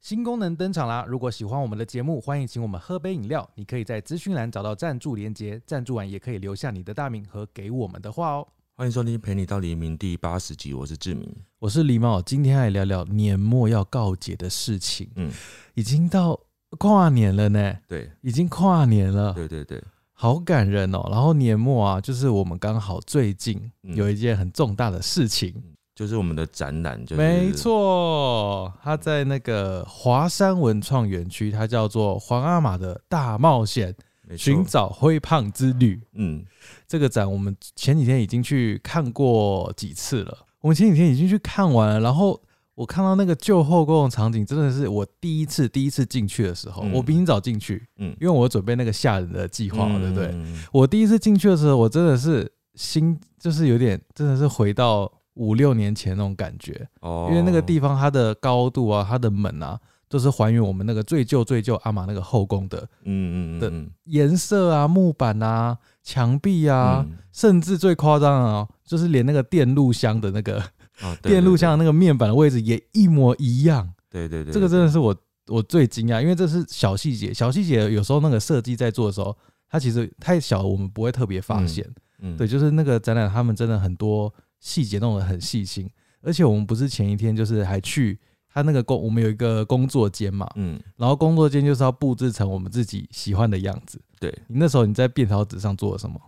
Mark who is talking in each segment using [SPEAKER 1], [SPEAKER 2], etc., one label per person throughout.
[SPEAKER 1] 新功能登场啦！如果喜欢我们的节目，欢迎请我们喝杯饮料。你可以在资讯栏找到赞助连接，赞助完也可以留下你的大名和给我们的话哦。
[SPEAKER 2] 欢迎收听《陪你到黎明》第八十集，我是志明。
[SPEAKER 1] 我是狸猫，今天来聊聊年末要告解的事情。嗯
[SPEAKER 2] 嗯，
[SPEAKER 1] 已经到跨年了呢，
[SPEAKER 2] 对，
[SPEAKER 1] 已经跨年了，
[SPEAKER 2] 对对对，
[SPEAKER 1] 好感人哦。然后年末啊，就是我们刚好最近
[SPEAKER 2] 嗯
[SPEAKER 1] 有一件很重大的事情，
[SPEAKER 2] 就是我们的展览，就是
[SPEAKER 1] 没，错，它在那个华山文创园区，它叫做皇阿玛的大冒险
[SPEAKER 2] 没错
[SPEAKER 1] 寻找灰胖之旅。
[SPEAKER 2] 嗯，
[SPEAKER 1] 这个展我们前几天已经去看过几次了，我们前几天已经去看完了，然后。我看到那个旧后宫的场景，真的是我第一次第一次进去的时候，
[SPEAKER 2] 嗯
[SPEAKER 1] 我比你早进去，
[SPEAKER 2] 嗯
[SPEAKER 1] 因为我有准备那个吓人的计划嘛，对不对？
[SPEAKER 2] 嗯
[SPEAKER 1] 我第一次进去的时候，我真的是心就是有点，真的是回到五六年前那种感觉，
[SPEAKER 2] 哦
[SPEAKER 1] 因为那个地方它的高度啊，它的门啊，都是还原我们那个最旧最旧阿玛那个后宫的
[SPEAKER 2] 嗯，嗯嗯嗯
[SPEAKER 1] 颜色啊、木板啊、墙壁啊，
[SPEAKER 2] 嗯
[SPEAKER 1] 甚至最夸张啊，就是连那个电路箱的那个
[SPEAKER 2] 啊，对
[SPEAKER 1] 电路箱的，那个面板的位置也一模一样。
[SPEAKER 2] 对对对对，
[SPEAKER 1] 这个真
[SPEAKER 2] 对
[SPEAKER 1] 的是我我最惊讶，因为这是小细节，小细节有时候那个设计在做的时候，它其实太小，我们不会特别发现。
[SPEAKER 2] 嗯
[SPEAKER 1] 对，就是那个展览，他们真的很多细节弄得很细心，而且我们不是前一天就是还去他那个工，我们有一个工作间嘛，
[SPEAKER 2] 嗯
[SPEAKER 1] 然后工作间就是要布置成我们自己喜欢的样子。
[SPEAKER 2] 对，
[SPEAKER 1] 你那时候你在便条纸上做了什么？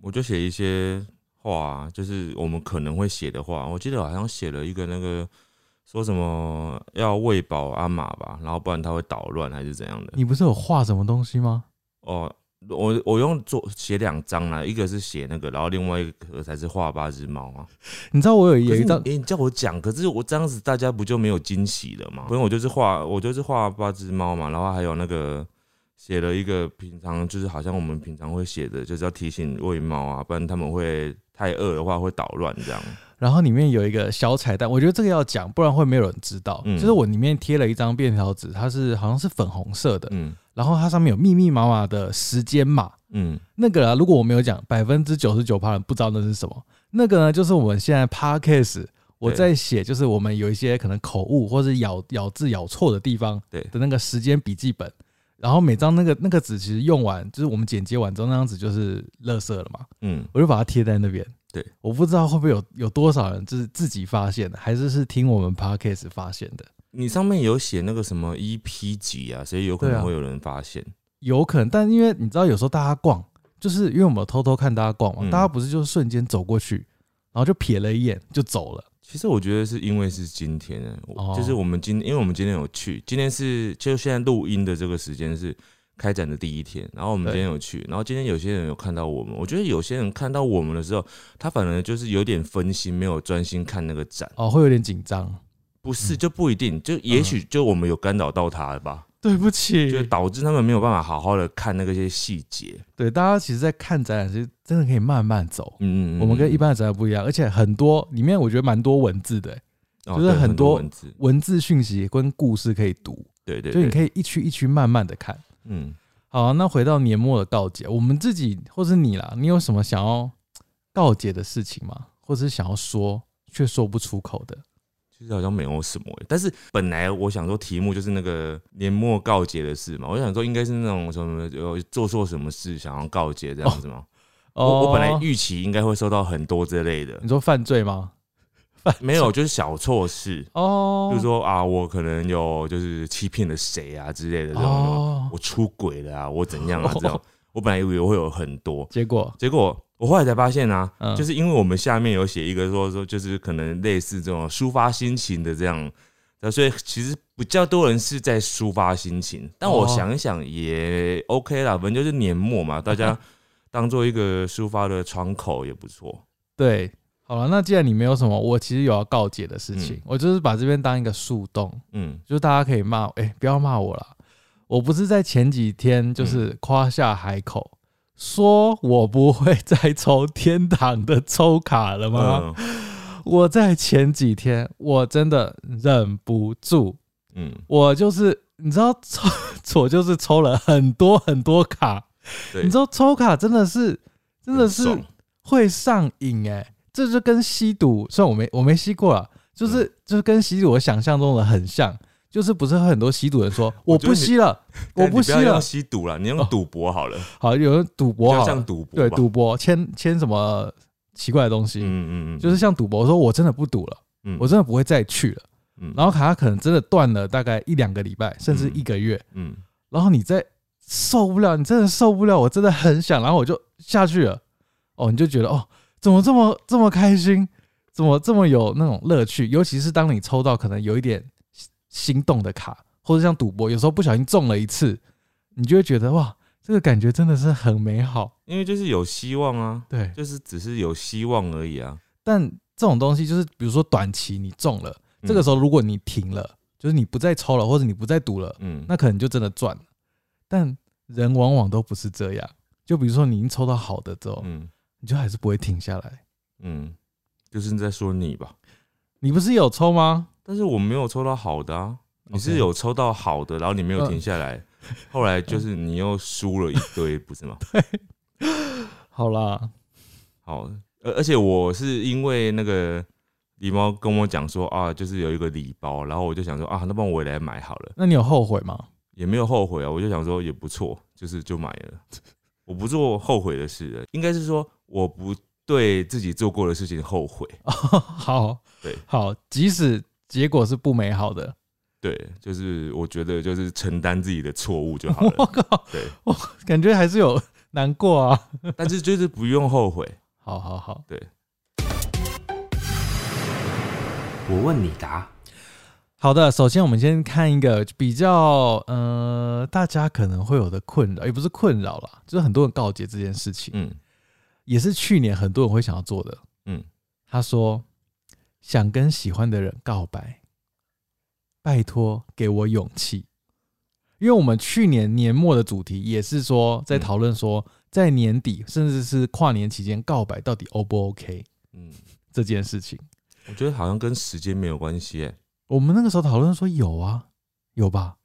[SPEAKER 2] 我就写一些话，啊就是我们可能会写的话。我记得好像写了一个那个说什么要喂饱阿玛吧，然后不然他会捣乱还是怎样的。
[SPEAKER 1] 你不是有画什么东西吗？
[SPEAKER 2] 哦，我我用做写两张啦，一个是写那个，然后另外一个才是画八只猫啊。
[SPEAKER 1] 你知道我有有
[SPEAKER 2] 可是
[SPEAKER 1] 一
[SPEAKER 2] 你
[SPEAKER 1] 张，
[SPEAKER 2] 诶你叫我讲，可是我这样子大家不就没有惊喜了吗？不用，我就是画，我就是画八只猫嘛，然后还有那个写了一个平常就是好像我们平常会写的，就是要提醒喂猫啊，不然它们会太饿的话会捣乱这样。
[SPEAKER 1] 然后里面有一个小彩蛋，我觉得这个要讲，不然会没有人知道。
[SPEAKER 2] 嗯
[SPEAKER 1] 就是我里面贴了一张便条纸，它是好像是粉红色的，
[SPEAKER 2] 嗯
[SPEAKER 1] 然后它上面有密密麻麻的时间码，
[SPEAKER 2] 嗯，
[SPEAKER 1] 那个啊，如果我没有讲，百分之九十九趴人不知道那是什么。那个呢，就是我们现在 podcast 我在写，就是我们有一些可能口误或者咬咬字咬错的地方
[SPEAKER 2] 对
[SPEAKER 1] 的那个时间笔记本。然后每张那个那个纸其实用完，就是我们剪接完之后，那张纸就是垃圾了嘛，
[SPEAKER 2] 嗯
[SPEAKER 1] 我就把它贴在那边。
[SPEAKER 2] 对，
[SPEAKER 1] 我不知道会不会有有多少人就是自己发现的，还是是听我们 podcast 发现的，
[SPEAKER 2] 你上面有写那个什么 EP 几啊，所以有可
[SPEAKER 1] 对啊
[SPEAKER 2] 能会有人发现。
[SPEAKER 1] 有可能。但因为你知道，有时候大家逛，就是因为我们有偷偷看大家逛嘛，
[SPEAKER 2] 嗯
[SPEAKER 1] 大家不是就是瞬间走过去，然后就瞥了一眼就走了。
[SPEAKER 2] 其实我觉得是因为是今天呢，
[SPEAKER 1] 哦
[SPEAKER 2] 我就是我们今，因为我们今天有去，今天是就现在录音的这个时间是开展的第一天，然后我们
[SPEAKER 1] 对
[SPEAKER 2] 今天有去，然后今天有些人有看到我们，我觉得有些人看到我们的时候，他反而就是有点分心，没有专心看那个展，
[SPEAKER 1] 哦，会有点紧张。
[SPEAKER 2] 不是
[SPEAKER 1] 嗯
[SPEAKER 2] 就不一定，就也许就我们有干扰到他吧，
[SPEAKER 1] 对不起
[SPEAKER 2] 就导致他们没有办法好好的看那个些细节。
[SPEAKER 1] 对大家其实，在看展览时真的可以慢慢走。
[SPEAKER 2] 嗯嗯嗯
[SPEAKER 1] 我们跟一般
[SPEAKER 2] 般
[SPEAKER 1] 的展览不一样，而且很多里面我觉得蛮多文字的、就是很
[SPEAKER 2] 哦很
[SPEAKER 1] 多
[SPEAKER 2] 文字，
[SPEAKER 1] 文字讯息跟故事可以读，
[SPEAKER 2] 对对
[SPEAKER 1] 所以你
[SPEAKER 2] 对，
[SPEAKER 1] 可以一区一区慢慢的看。
[SPEAKER 2] 嗯。
[SPEAKER 1] 好、啊，那回到年末的告解，我们自己或是你啦，你有什么想要告解的事情吗？或是想要说却说不出口的？
[SPEAKER 2] 其实好像没有什么欸、但是本来我想说题目就是那个年末告解的事嘛，我想说应该是那种什么有做错什么事想要告解这样子嘛。
[SPEAKER 1] 哦
[SPEAKER 2] 我我本来预期应该会收到很多这类的
[SPEAKER 1] 你，说犯罪吗？
[SPEAKER 2] 没有，就是小错事，
[SPEAKER 1] 哦，
[SPEAKER 2] 比如说啊，我可能有就是欺骗了谁啊之类的这种，
[SPEAKER 1] 哦，
[SPEAKER 2] 我出轨了啊，我怎 样啊
[SPEAKER 1] 哦
[SPEAKER 2] 这种。我本来以为会有很多，
[SPEAKER 1] 结果
[SPEAKER 2] 结果我后来才发现啊，
[SPEAKER 1] 嗯
[SPEAKER 2] 就是因为我们下面有写一个说说，就是可能类似这种抒发心情的这样，那所以其实比较多人是在抒发心情。但我
[SPEAKER 1] 哦
[SPEAKER 2] 想一想也 OK 啦，反正就是年末
[SPEAKER 1] 嗯
[SPEAKER 2] 嘛，大家当做一个抒发的窗口也不错。
[SPEAKER 1] 对，好了，那既然你没有什么，我其实有要告解的事情，
[SPEAKER 2] 嗯
[SPEAKER 1] 我就是把这边当一个树洞，
[SPEAKER 2] 嗯
[SPEAKER 1] 就是大家可以骂我，哎、不要骂我啦。我不是在前几天就是夸下海口，说我不会再抽天堂的抽卡了吗？
[SPEAKER 2] 嗯
[SPEAKER 1] 我在前几天我真的忍不住，
[SPEAKER 2] 嗯，
[SPEAKER 1] 我就是你知道抽， 我就是抽了很多很多卡，
[SPEAKER 2] 对，
[SPEAKER 1] 你知道抽卡真的是真的是
[SPEAKER 2] 很爽
[SPEAKER 1] 会上瘾哎、这
[SPEAKER 2] 嗯
[SPEAKER 1] 就跟吸毒，虽然我没我没吸过啊，就是、就是跟吸毒我想象中的很像，就是不是很多吸毒人说我
[SPEAKER 2] 觉得
[SPEAKER 1] 不
[SPEAKER 2] 你
[SPEAKER 1] 吸了，我
[SPEAKER 2] 但你
[SPEAKER 1] 不吸
[SPEAKER 2] 要用
[SPEAKER 1] 了，
[SPEAKER 2] 吸毒了，你用赌博好了，
[SPEAKER 1] 好有人赌
[SPEAKER 2] 比
[SPEAKER 1] 博
[SPEAKER 2] 较
[SPEAKER 1] 好
[SPEAKER 2] 像
[SPEAKER 1] 了，
[SPEAKER 2] 赌博
[SPEAKER 1] 对
[SPEAKER 2] 吧
[SPEAKER 1] 赌博签签什么奇怪的东西，
[SPEAKER 2] 嗯嗯嗯，
[SPEAKER 1] 就是像赌博，我说我真的不赌了，
[SPEAKER 2] 嗯
[SPEAKER 1] 我真的不会再去了。
[SPEAKER 2] 嗯
[SPEAKER 1] 然后他可能真的断了大概一两个礼拜，甚至一个月，
[SPEAKER 2] 嗯，
[SPEAKER 1] 然后你再受不了，你真的受不了，我真的很想，然后我就下去了。哦，你就觉得哦，怎么这么这么开心，怎么这么有那种乐趣？尤其是当你抽到可能有一点心心动的卡，或者像赌博，有时候不小心中了一次，你就会觉得哇，这个感觉真的是很美好。
[SPEAKER 2] 因为就是有希望啊，
[SPEAKER 1] 对，
[SPEAKER 2] 就是只是有希望而已啊。
[SPEAKER 1] 但这种东西就是，比如说短期你中了，这个时
[SPEAKER 2] 候，
[SPEAKER 1] 候如果你停了，就是你不再抽了，或者你不再赌了，
[SPEAKER 2] 嗯，
[SPEAKER 1] 那可能就真的赚了。但人往往都不是这样。就比如说你已经抽到好的之后，
[SPEAKER 2] 嗯
[SPEAKER 1] 你就还是不会停下来。
[SPEAKER 2] 嗯，就是你在说你吧，
[SPEAKER 1] 你不是有抽吗？
[SPEAKER 2] 但是我没有抽到好的啊。你
[SPEAKER 1] OK
[SPEAKER 2] 是有抽到好的，然后你没有
[SPEAKER 1] 嗯
[SPEAKER 2] 停下来， 后来就是你又输了一堆，不是 吗？
[SPEAKER 1] 好啦，
[SPEAKER 2] 好，而而且我是因为那个狸猫跟我讲说啊，就是有一个礼包，然后我就想说啊，那帮我也来买好了，
[SPEAKER 1] 那你有后悔 吗？
[SPEAKER 2] 也没有后悔啊，我就想说也不错，就是就买了。 我不做后悔的事了，应该是说我不对自己做过的事情后悔。
[SPEAKER 1] 好，
[SPEAKER 2] 对
[SPEAKER 1] 好，即使结果是不美好的，
[SPEAKER 2] 对，就是我觉得就是承担自己的错误就好
[SPEAKER 1] 我
[SPEAKER 2] 了。
[SPEAKER 1] 靠，
[SPEAKER 2] 对，
[SPEAKER 1] 感觉还是有难过啊。
[SPEAKER 2] 但是就是不用后悔。
[SPEAKER 1] 好好好，
[SPEAKER 3] 我问你答。
[SPEAKER 1] 好的，首先我们先看一个比较呃，大家可能会有的困扰，也不是困扰啦，就是很多人告诫这件事情。
[SPEAKER 2] 嗯
[SPEAKER 1] 也是去年很多人会想要做的。
[SPEAKER 2] 嗯，
[SPEAKER 1] 他说想跟喜欢的人告白，拜托给我勇气。因为我们去年年末的主题也是说，在
[SPEAKER 2] 嗯
[SPEAKER 1] 讨论说，在年底甚至是跨年期间告白到底 O 不 OK
[SPEAKER 2] 嗯，
[SPEAKER 1] 这件事情。
[SPEAKER 2] 我觉得好像跟时间没有关系、欸。
[SPEAKER 1] 我们那个时候讨论说有啊，有吧？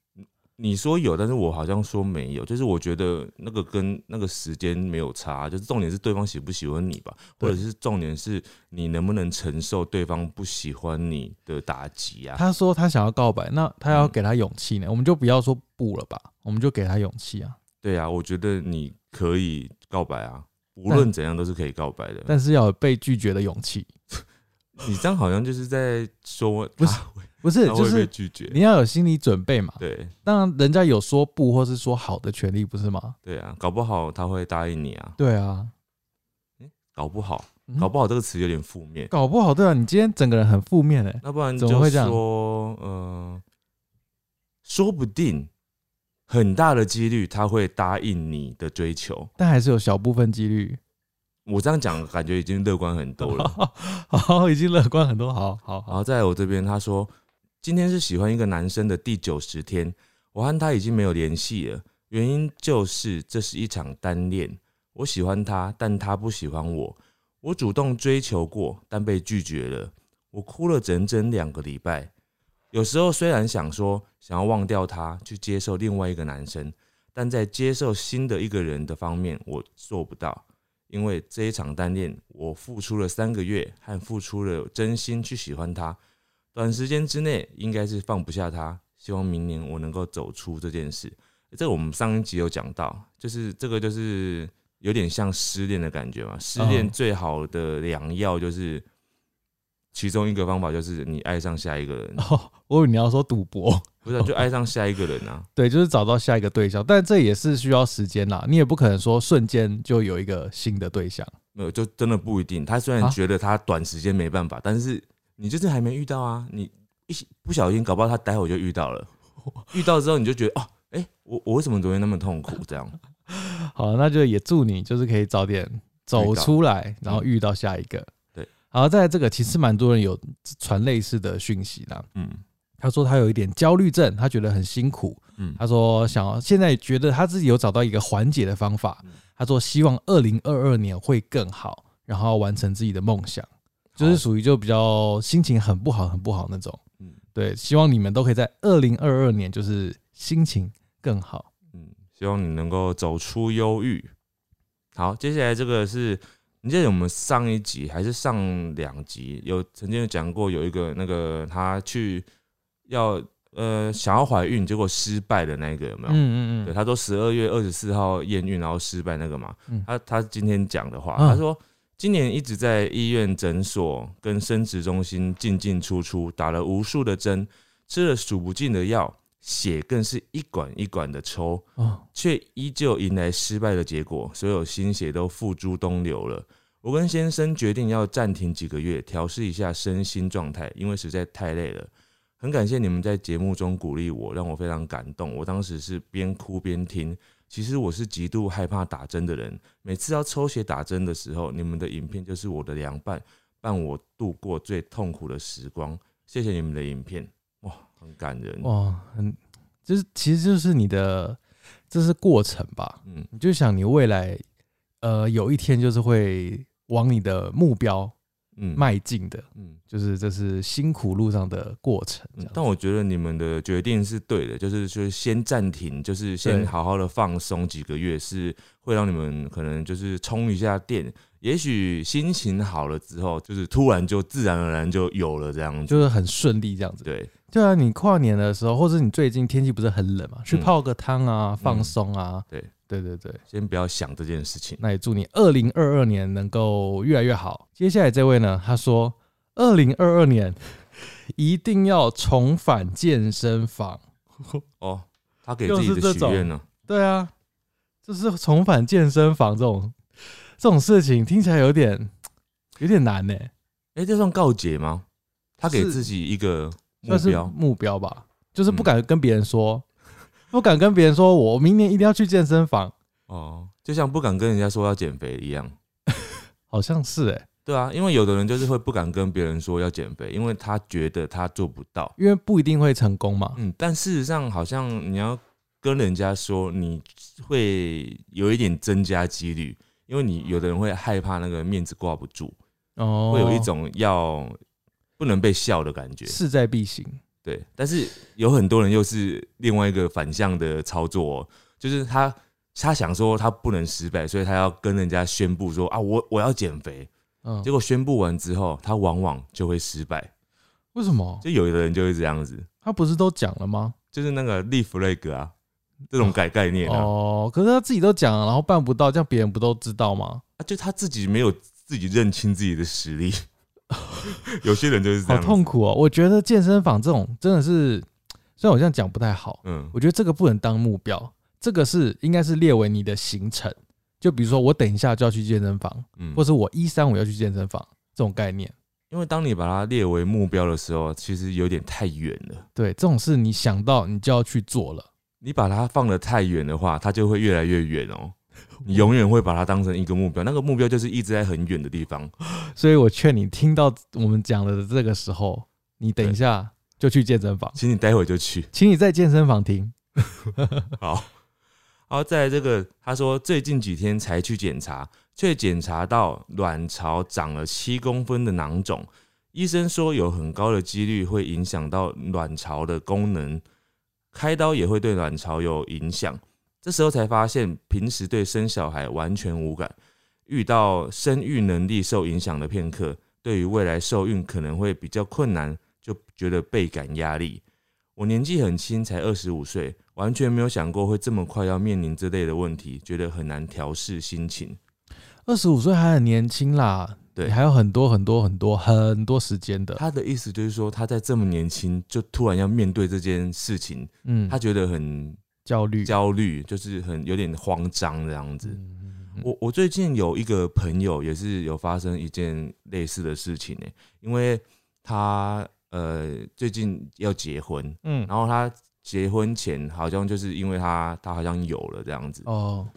[SPEAKER 2] 你说有，但是我好像说没有，就是我觉得那个跟那个时间没有差，啊就是重点是对方喜不喜欢你吧，
[SPEAKER 1] 对
[SPEAKER 2] 或者是重点是你能不能承受对方不喜欢你的打击啊？
[SPEAKER 1] 他说他想要告白，那他要
[SPEAKER 2] 嗯
[SPEAKER 1] 给他勇气呢，我们就不要说不了吧，我们就给他勇气啊。
[SPEAKER 2] 对啊，我觉得你可以告白啊，无
[SPEAKER 1] 但
[SPEAKER 2] 论怎样都是可以告白的。
[SPEAKER 1] 但是要有被拒绝的勇气，
[SPEAKER 2] 你这样好像就是在说啊
[SPEAKER 1] 不是
[SPEAKER 2] 他会
[SPEAKER 1] 不是
[SPEAKER 2] 他
[SPEAKER 1] 就
[SPEAKER 2] 会被
[SPEAKER 1] 是
[SPEAKER 2] 拒绝。
[SPEAKER 1] 你要有心理准备嘛。
[SPEAKER 2] 对
[SPEAKER 1] 当然，人家有说不或是说好的权利，不是吗？
[SPEAKER 2] 对啊，搞不好他会答应你啊，
[SPEAKER 1] 对啊，
[SPEAKER 2] 搞不好，
[SPEAKER 1] 嗯
[SPEAKER 2] 搞不好这个词有点负面，
[SPEAKER 1] 搞不好对啊，你今天整个人很负面哎、
[SPEAKER 2] 那不然
[SPEAKER 1] 怎
[SPEAKER 2] 就
[SPEAKER 1] 么会这样
[SPEAKER 2] 说，呃，说不定很大的几率他会答应你的追求。
[SPEAKER 1] 但还是有小部分几率。
[SPEAKER 2] 我这样讲，感觉已经乐观很多了。
[SPEAKER 1] 好，已经乐观很多。好好
[SPEAKER 2] 然
[SPEAKER 1] 好，
[SPEAKER 2] 后在我这边，他说今天是喜欢一个男生的第九十天，我和他已经没有联系了，原因就是这是一场单恋。我喜欢他，但他不喜欢我。我主动追求过，但被拒绝了。我哭了整整两个礼拜。有时候虽然想说想要忘掉他，去接受另外一个男生，但在接受新的一个人的方面，我做不到。因为这一场单恋，我付出了三个月，和付出了真心去喜欢他，短时间之内应该是放不下他。希望明年我能够走出这件事。这个我们上一集有讲到，就是这个就是有点像失恋的感觉嘛。失恋
[SPEAKER 1] 嗯
[SPEAKER 2] 最好的良药就是，其中一个方法就是你爱上下一个人，
[SPEAKER 1] 哦，我以为你要说赌博，
[SPEAKER 2] 不是啊、就爱上下一个人啊。
[SPEAKER 1] 对，就是找到下一个对象，但这也是需要时间啦。你也不可能说瞬间就有一个新的对象。
[SPEAKER 2] 没有，就真的不一定。他虽
[SPEAKER 1] 啊
[SPEAKER 2] 然觉得他短时间没办法，但是你就是还没遇到啊，你一不小心，搞不好他待会就遇 到了。遇到之后你就觉得哦，哎、我我为什么昨天那么痛苦？这样，
[SPEAKER 1] 好，那就也祝你就是可以早点走出来，然后遇到下一个。
[SPEAKER 2] 对，
[SPEAKER 1] 好，在这个其实蛮多人有传类似的讯息啦。
[SPEAKER 2] 嗯
[SPEAKER 1] 他说他有一点焦虑症，他觉得很辛苦。
[SPEAKER 2] 嗯
[SPEAKER 1] 他说想要现在觉得他自己有找到一个缓解的方法
[SPEAKER 2] 嗯。
[SPEAKER 1] 他说希望二零二二年会更好，然后完成自己的梦想，就是属于就比较心情很不好、很不好那种。
[SPEAKER 2] 嗯
[SPEAKER 1] 对，希望你们都可以在二零二二年就是心情更好。
[SPEAKER 2] 嗯，希望你能够走出忧郁。好，接下来这个是，你记得我们上一集还是上两集有曾经有讲过，有一个那个他去要呃想要怀孕结果失败的那个有没有？
[SPEAKER 1] 嗯嗯
[SPEAKER 2] 对，
[SPEAKER 1] 嗯，
[SPEAKER 2] 他说十二月二十四号验孕，然后失败那个嘛，
[SPEAKER 1] 嗯
[SPEAKER 2] 他他今天讲的话，
[SPEAKER 1] 嗯
[SPEAKER 2] 他说今年一直在医院、诊所跟生殖中心进进出出，打了无数的针，吃了数不尽的药，血更是一管一管的抽，
[SPEAKER 1] 哦，
[SPEAKER 2] 却依旧迎来失败的结果，所有心血都付诸东流了。我跟先生决定要暂停几个月，调试一下身心状态，因为实在太累了。很感谢你们在节目中鼓励我，让我非常感动。我当时是边哭边听。其实我是极度害怕打针的人，每次要抽血打针的时候，你们的影片就是我的良伴，伴我度过最痛苦的时光。谢谢你们的影片，哇，很感人。
[SPEAKER 1] 哇，很，就是其实就是你的，这是过程吧？
[SPEAKER 2] 嗯，
[SPEAKER 1] 你就想你未来，呃，有一天就是会往你的目标
[SPEAKER 2] 嗯，
[SPEAKER 1] 迈进的，
[SPEAKER 2] 嗯。
[SPEAKER 1] 就是这是辛苦路上的过程。这
[SPEAKER 2] 嗯
[SPEAKER 1] 样
[SPEAKER 2] 但我觉得你们的决定是对的，就是就是先暂停，就是
[SPEAKER 1] 对
[SPEAKER 2] 先好好的放松几个月，是会让你们可能就是充一下电，也许心情好了之后，就是突然就自然而然就有了这样子。
[SPEAKER 1] 就是很顺利这样子。
[SPEAKER 2] 对，
[SPEAKER 1] 对啊，你跨年的时候，或者你最近天气不是很冷嘛，去
[SPEAKER 2] 嗯
[SPEAKER 1] 泡个汤啊，放松啊。
[SPEAKER 2] 对
[SPEAKER 1] 对对对，
[SPEAKER 2] 先不要想这件事情。
[SPEAKER 1] 那也祝你二零二二年能够越来越好。接下来这位呢，他说二零二二年一定要重返健身房。
[SPEAKER 2] 哦，他给自己
[SPEAKER 1] 又是这
[SPEAKER 2] 的许
[SPEAKER 1] 种
[SPEAKER 2] 愿呢，
[SPEAKER 1] 对啊，就是重返健身房这种这种事情，听起来有点有点难呢、
[SPEAKER 2] 哎、这算告解吗？他给
[SPEAKER 1] 是
[SPEAKER 2] 自己一个目
[SPEAKER 1] 算是
[SPEAKER 2] 标，嗯
[SPEAKER 1] 目标吧，就是不敢跟别人说，不敢跟别人说我明年一定要去健身房，
[SPEAKER 2] 哦，就像不敢跟人家说要减肥一样。
[SPEAKER 1] 好像是哎、
[SPEAKER 2] 对啊，因为有的人就是会不敢跟别人说要减肥，因为他觉得他做不到。
[SPEAKER 1] 因为不一定会成功嘛。
[SPEAKER 2] 嗯，但事实上，好像你要跟人家说，你会有一点增加几率，因为你有的人会害怕那个面子挂不住，
[SPEAKER 1] 哦，
[SPEAKER 2] 嗯会有一种要不能被笑的感觉。
[SPEAKER 1] 势在必行。
[SPEAKER 2] 对，但是有很多人又是另外一个反向的操作、哦，就是他他想说他不能失败，所以他要跟人家宣布说啊，我我要减肥。
[SPEAKER 1] 嗯
[SPEAKER 2] 结，果宣布完之后，他往往就会失败。
[SPEAKER 1] 为什么
[SPEAKER 2] 就有的人就会这样子，
[SPEAKER 1] 他不是都讲了吗？
[SPEAKER 2] 就是那个立 flag 啊，这种概概念啊。
[SPEAKER 1] 哦，可是他自己都讲了，然后办不到，这样别人不都知道吗？
[SPEAKER 2] 啊，就他自己没有自己认清自己的实力。 有些人就是这
[SPEAKER 1] 好
[SPEAKER 2] 样，
[SPEAKER 1] 痛苦哦！我觉得健身房这种真的是，虽然我这样讲不太好，
[SPEAKER 2] 嗯
[SPEAKER 1] 我觉得这个不能当目标，这个是应该是列为你的行程。就比如说，我等一下就要去健身房，
[SPEAKER 2] 嗯，
[SPEAKER 1] 或是我一三五要去健身房这种概念。
[SPEAKER 2] 因为当你把它列为目标的时候，其实有点太远了。
[SPEAKER 1] 对，这种事你想到你就要去做了。
[SPEAKER 2] 你把它放得太远的话，它就会越来越远哦。你永远会把它当成一个目标，那个目标就是一直在很远的地方。
[SPEAKER 1] 所以我劝你，听到我们讲的这个时候，你等一下就去健身房，
[SPEAKER 2] 请你待会就去。
[SPEAKER 1] 请你在健身房听。
[SPEAKER 2] 好，好，再来这个，他说最近几天才去检查，却检查到卵巢长了七公分的囊肿，医生说有很高的几率会影响到卵巢的功能，开刀也会对卵巢有影响。这时候才发现，平时对生小孩完全无感，遇到生育能力受影响的片刻，对于未来受孕可能会比较困难，就觉得倍感压力。我年纪很轻，才二十五岁，完全没有想过会这么快要面临这类的问题，觉得很难调试心情。
[SPEAKER 1] 二十五岁还很年轻啦，
[SPEAKER 2] 对
[SPEAKER 1] 你还有很多很多很多很多时间的。
[SPEAKER 2] 他的意思就是说，他在这么年轻就突然要面对这件事情，
[SPEAKER 1] 嗯，
[SPEAKER 2] 他觉得很
[SPEAKER 1] 焦虑，
[SPEAKER 2] 焦虑，就是很有点慌张这样子。
[SPEAKER 1] 嗯嗯
[SPEAKER 2] 我我最近有一个朋友也是有发生一件类似的事情呢、欸因为他呃最近要结婚，
[SPEAKER 1] 嗯，
[SPEAKER 2] 然后他结婚前好像就是因为他他好像有了这样子，
[SPEAKER 1] 哦，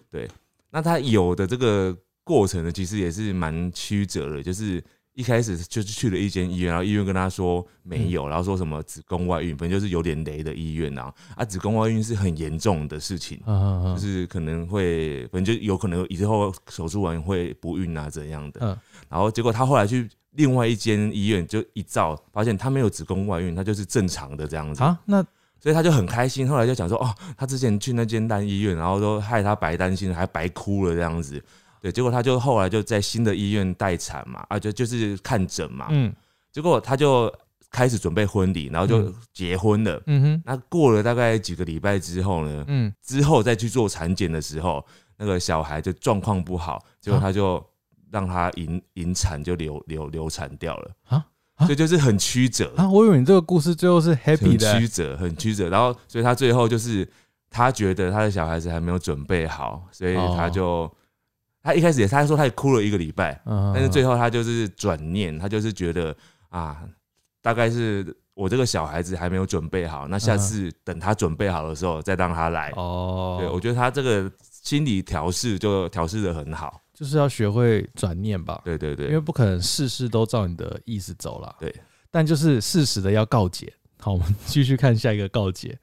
[SPEAKER 2] 那他有的这个过程呢，其实也是蛮曲折的，就是一开始就是去了一间医院，然后医院跟他说没有，然后说什么子宫外孕，反正就是有点雷的医院啊，啊，子宫外孕是很严重的事情，
[SPEAKER 1] 嗯
[SPEAKER 2] 就
[SPEAKER 1] 嗯嗯，
[SPEAKER 2] 是可能会，反正就有可能以后手术完会不孕啊怎样的，
[SPEAKER 1] 嗯
[SPEAKER 2] 然后结果他后来去另外一间医院就一照，发现他没有子宫外孕，他就是正常的这样子，
[SPEAKER 1] 啊，那
[SPEAKER 2] 所以他就很开心。后来就讲说，哦，他之前去那间烂医院，然后都害他白担心，还白哭了这样子。对，结果他就后来就在新的医院待产嘛，啊，就就是看诊嘛。
[SPEAKER 1] 嗯
[SPEAKER 2] 结果他就开始准备婚礼，然后就
[SPEAKER 1] 嗯
[SPEAKER 2] 结婚了。
[SPEAKER 1] 嗯哼，
[SPEAKER 2] 那过了大概几个礼拜之后呢，
[SPEAKER 1] 嗯，
[SPEAKER 2] 之后再去做产检的时候，那个小孩就状况不
[SPEAKER 1] 啊
[SPEAKER 2] 好，结果他就让他引引产就流流流产掉了
[SPEAKER 1] 啊啊
[SPEAKER 2] 所以就是很曲折，
[SPEAKER 1] 啊，我以为你这个故事最后是 happy
[SPEAKER 2] 很
[SPEAKER 1] 的欸，
[SPEAKER 2] 曲折，很曲折。然后，所以他最后就是他觉得他的小孩子还没有准备好，所以
[SPEAKER 1] 哦
[SPEAKER 2] 他就、他一开始也他说他也哭了一个礼拜，
[SPEAKER 1] 嗯，
[SPEAKER 2] 但是最
[SPEAKER 1] 后，
[SPEAKER 2] 后他就是转念，他就是觉得啊，大概是我这个小孩子还没有准备好，那下次等他准备好的时候再让他来。
[SPEAKER 1] 嗯哦，
[SPEAKER 2] 对，我觉得他这个心理调试就调试的很好。
[SPEAKER 1] 就是要学会转念吧，
[SPEAKER 2] 对对
[SPEAKER 1] 因为
[SPEAKER 2] 对，
[SPEAKER 1] 不可能事事都照你的意思走啦。
[SPEAKER 2] 对，
[SPEAKER 1] 但就是适时的要告解。好，我们继续看下一个告解。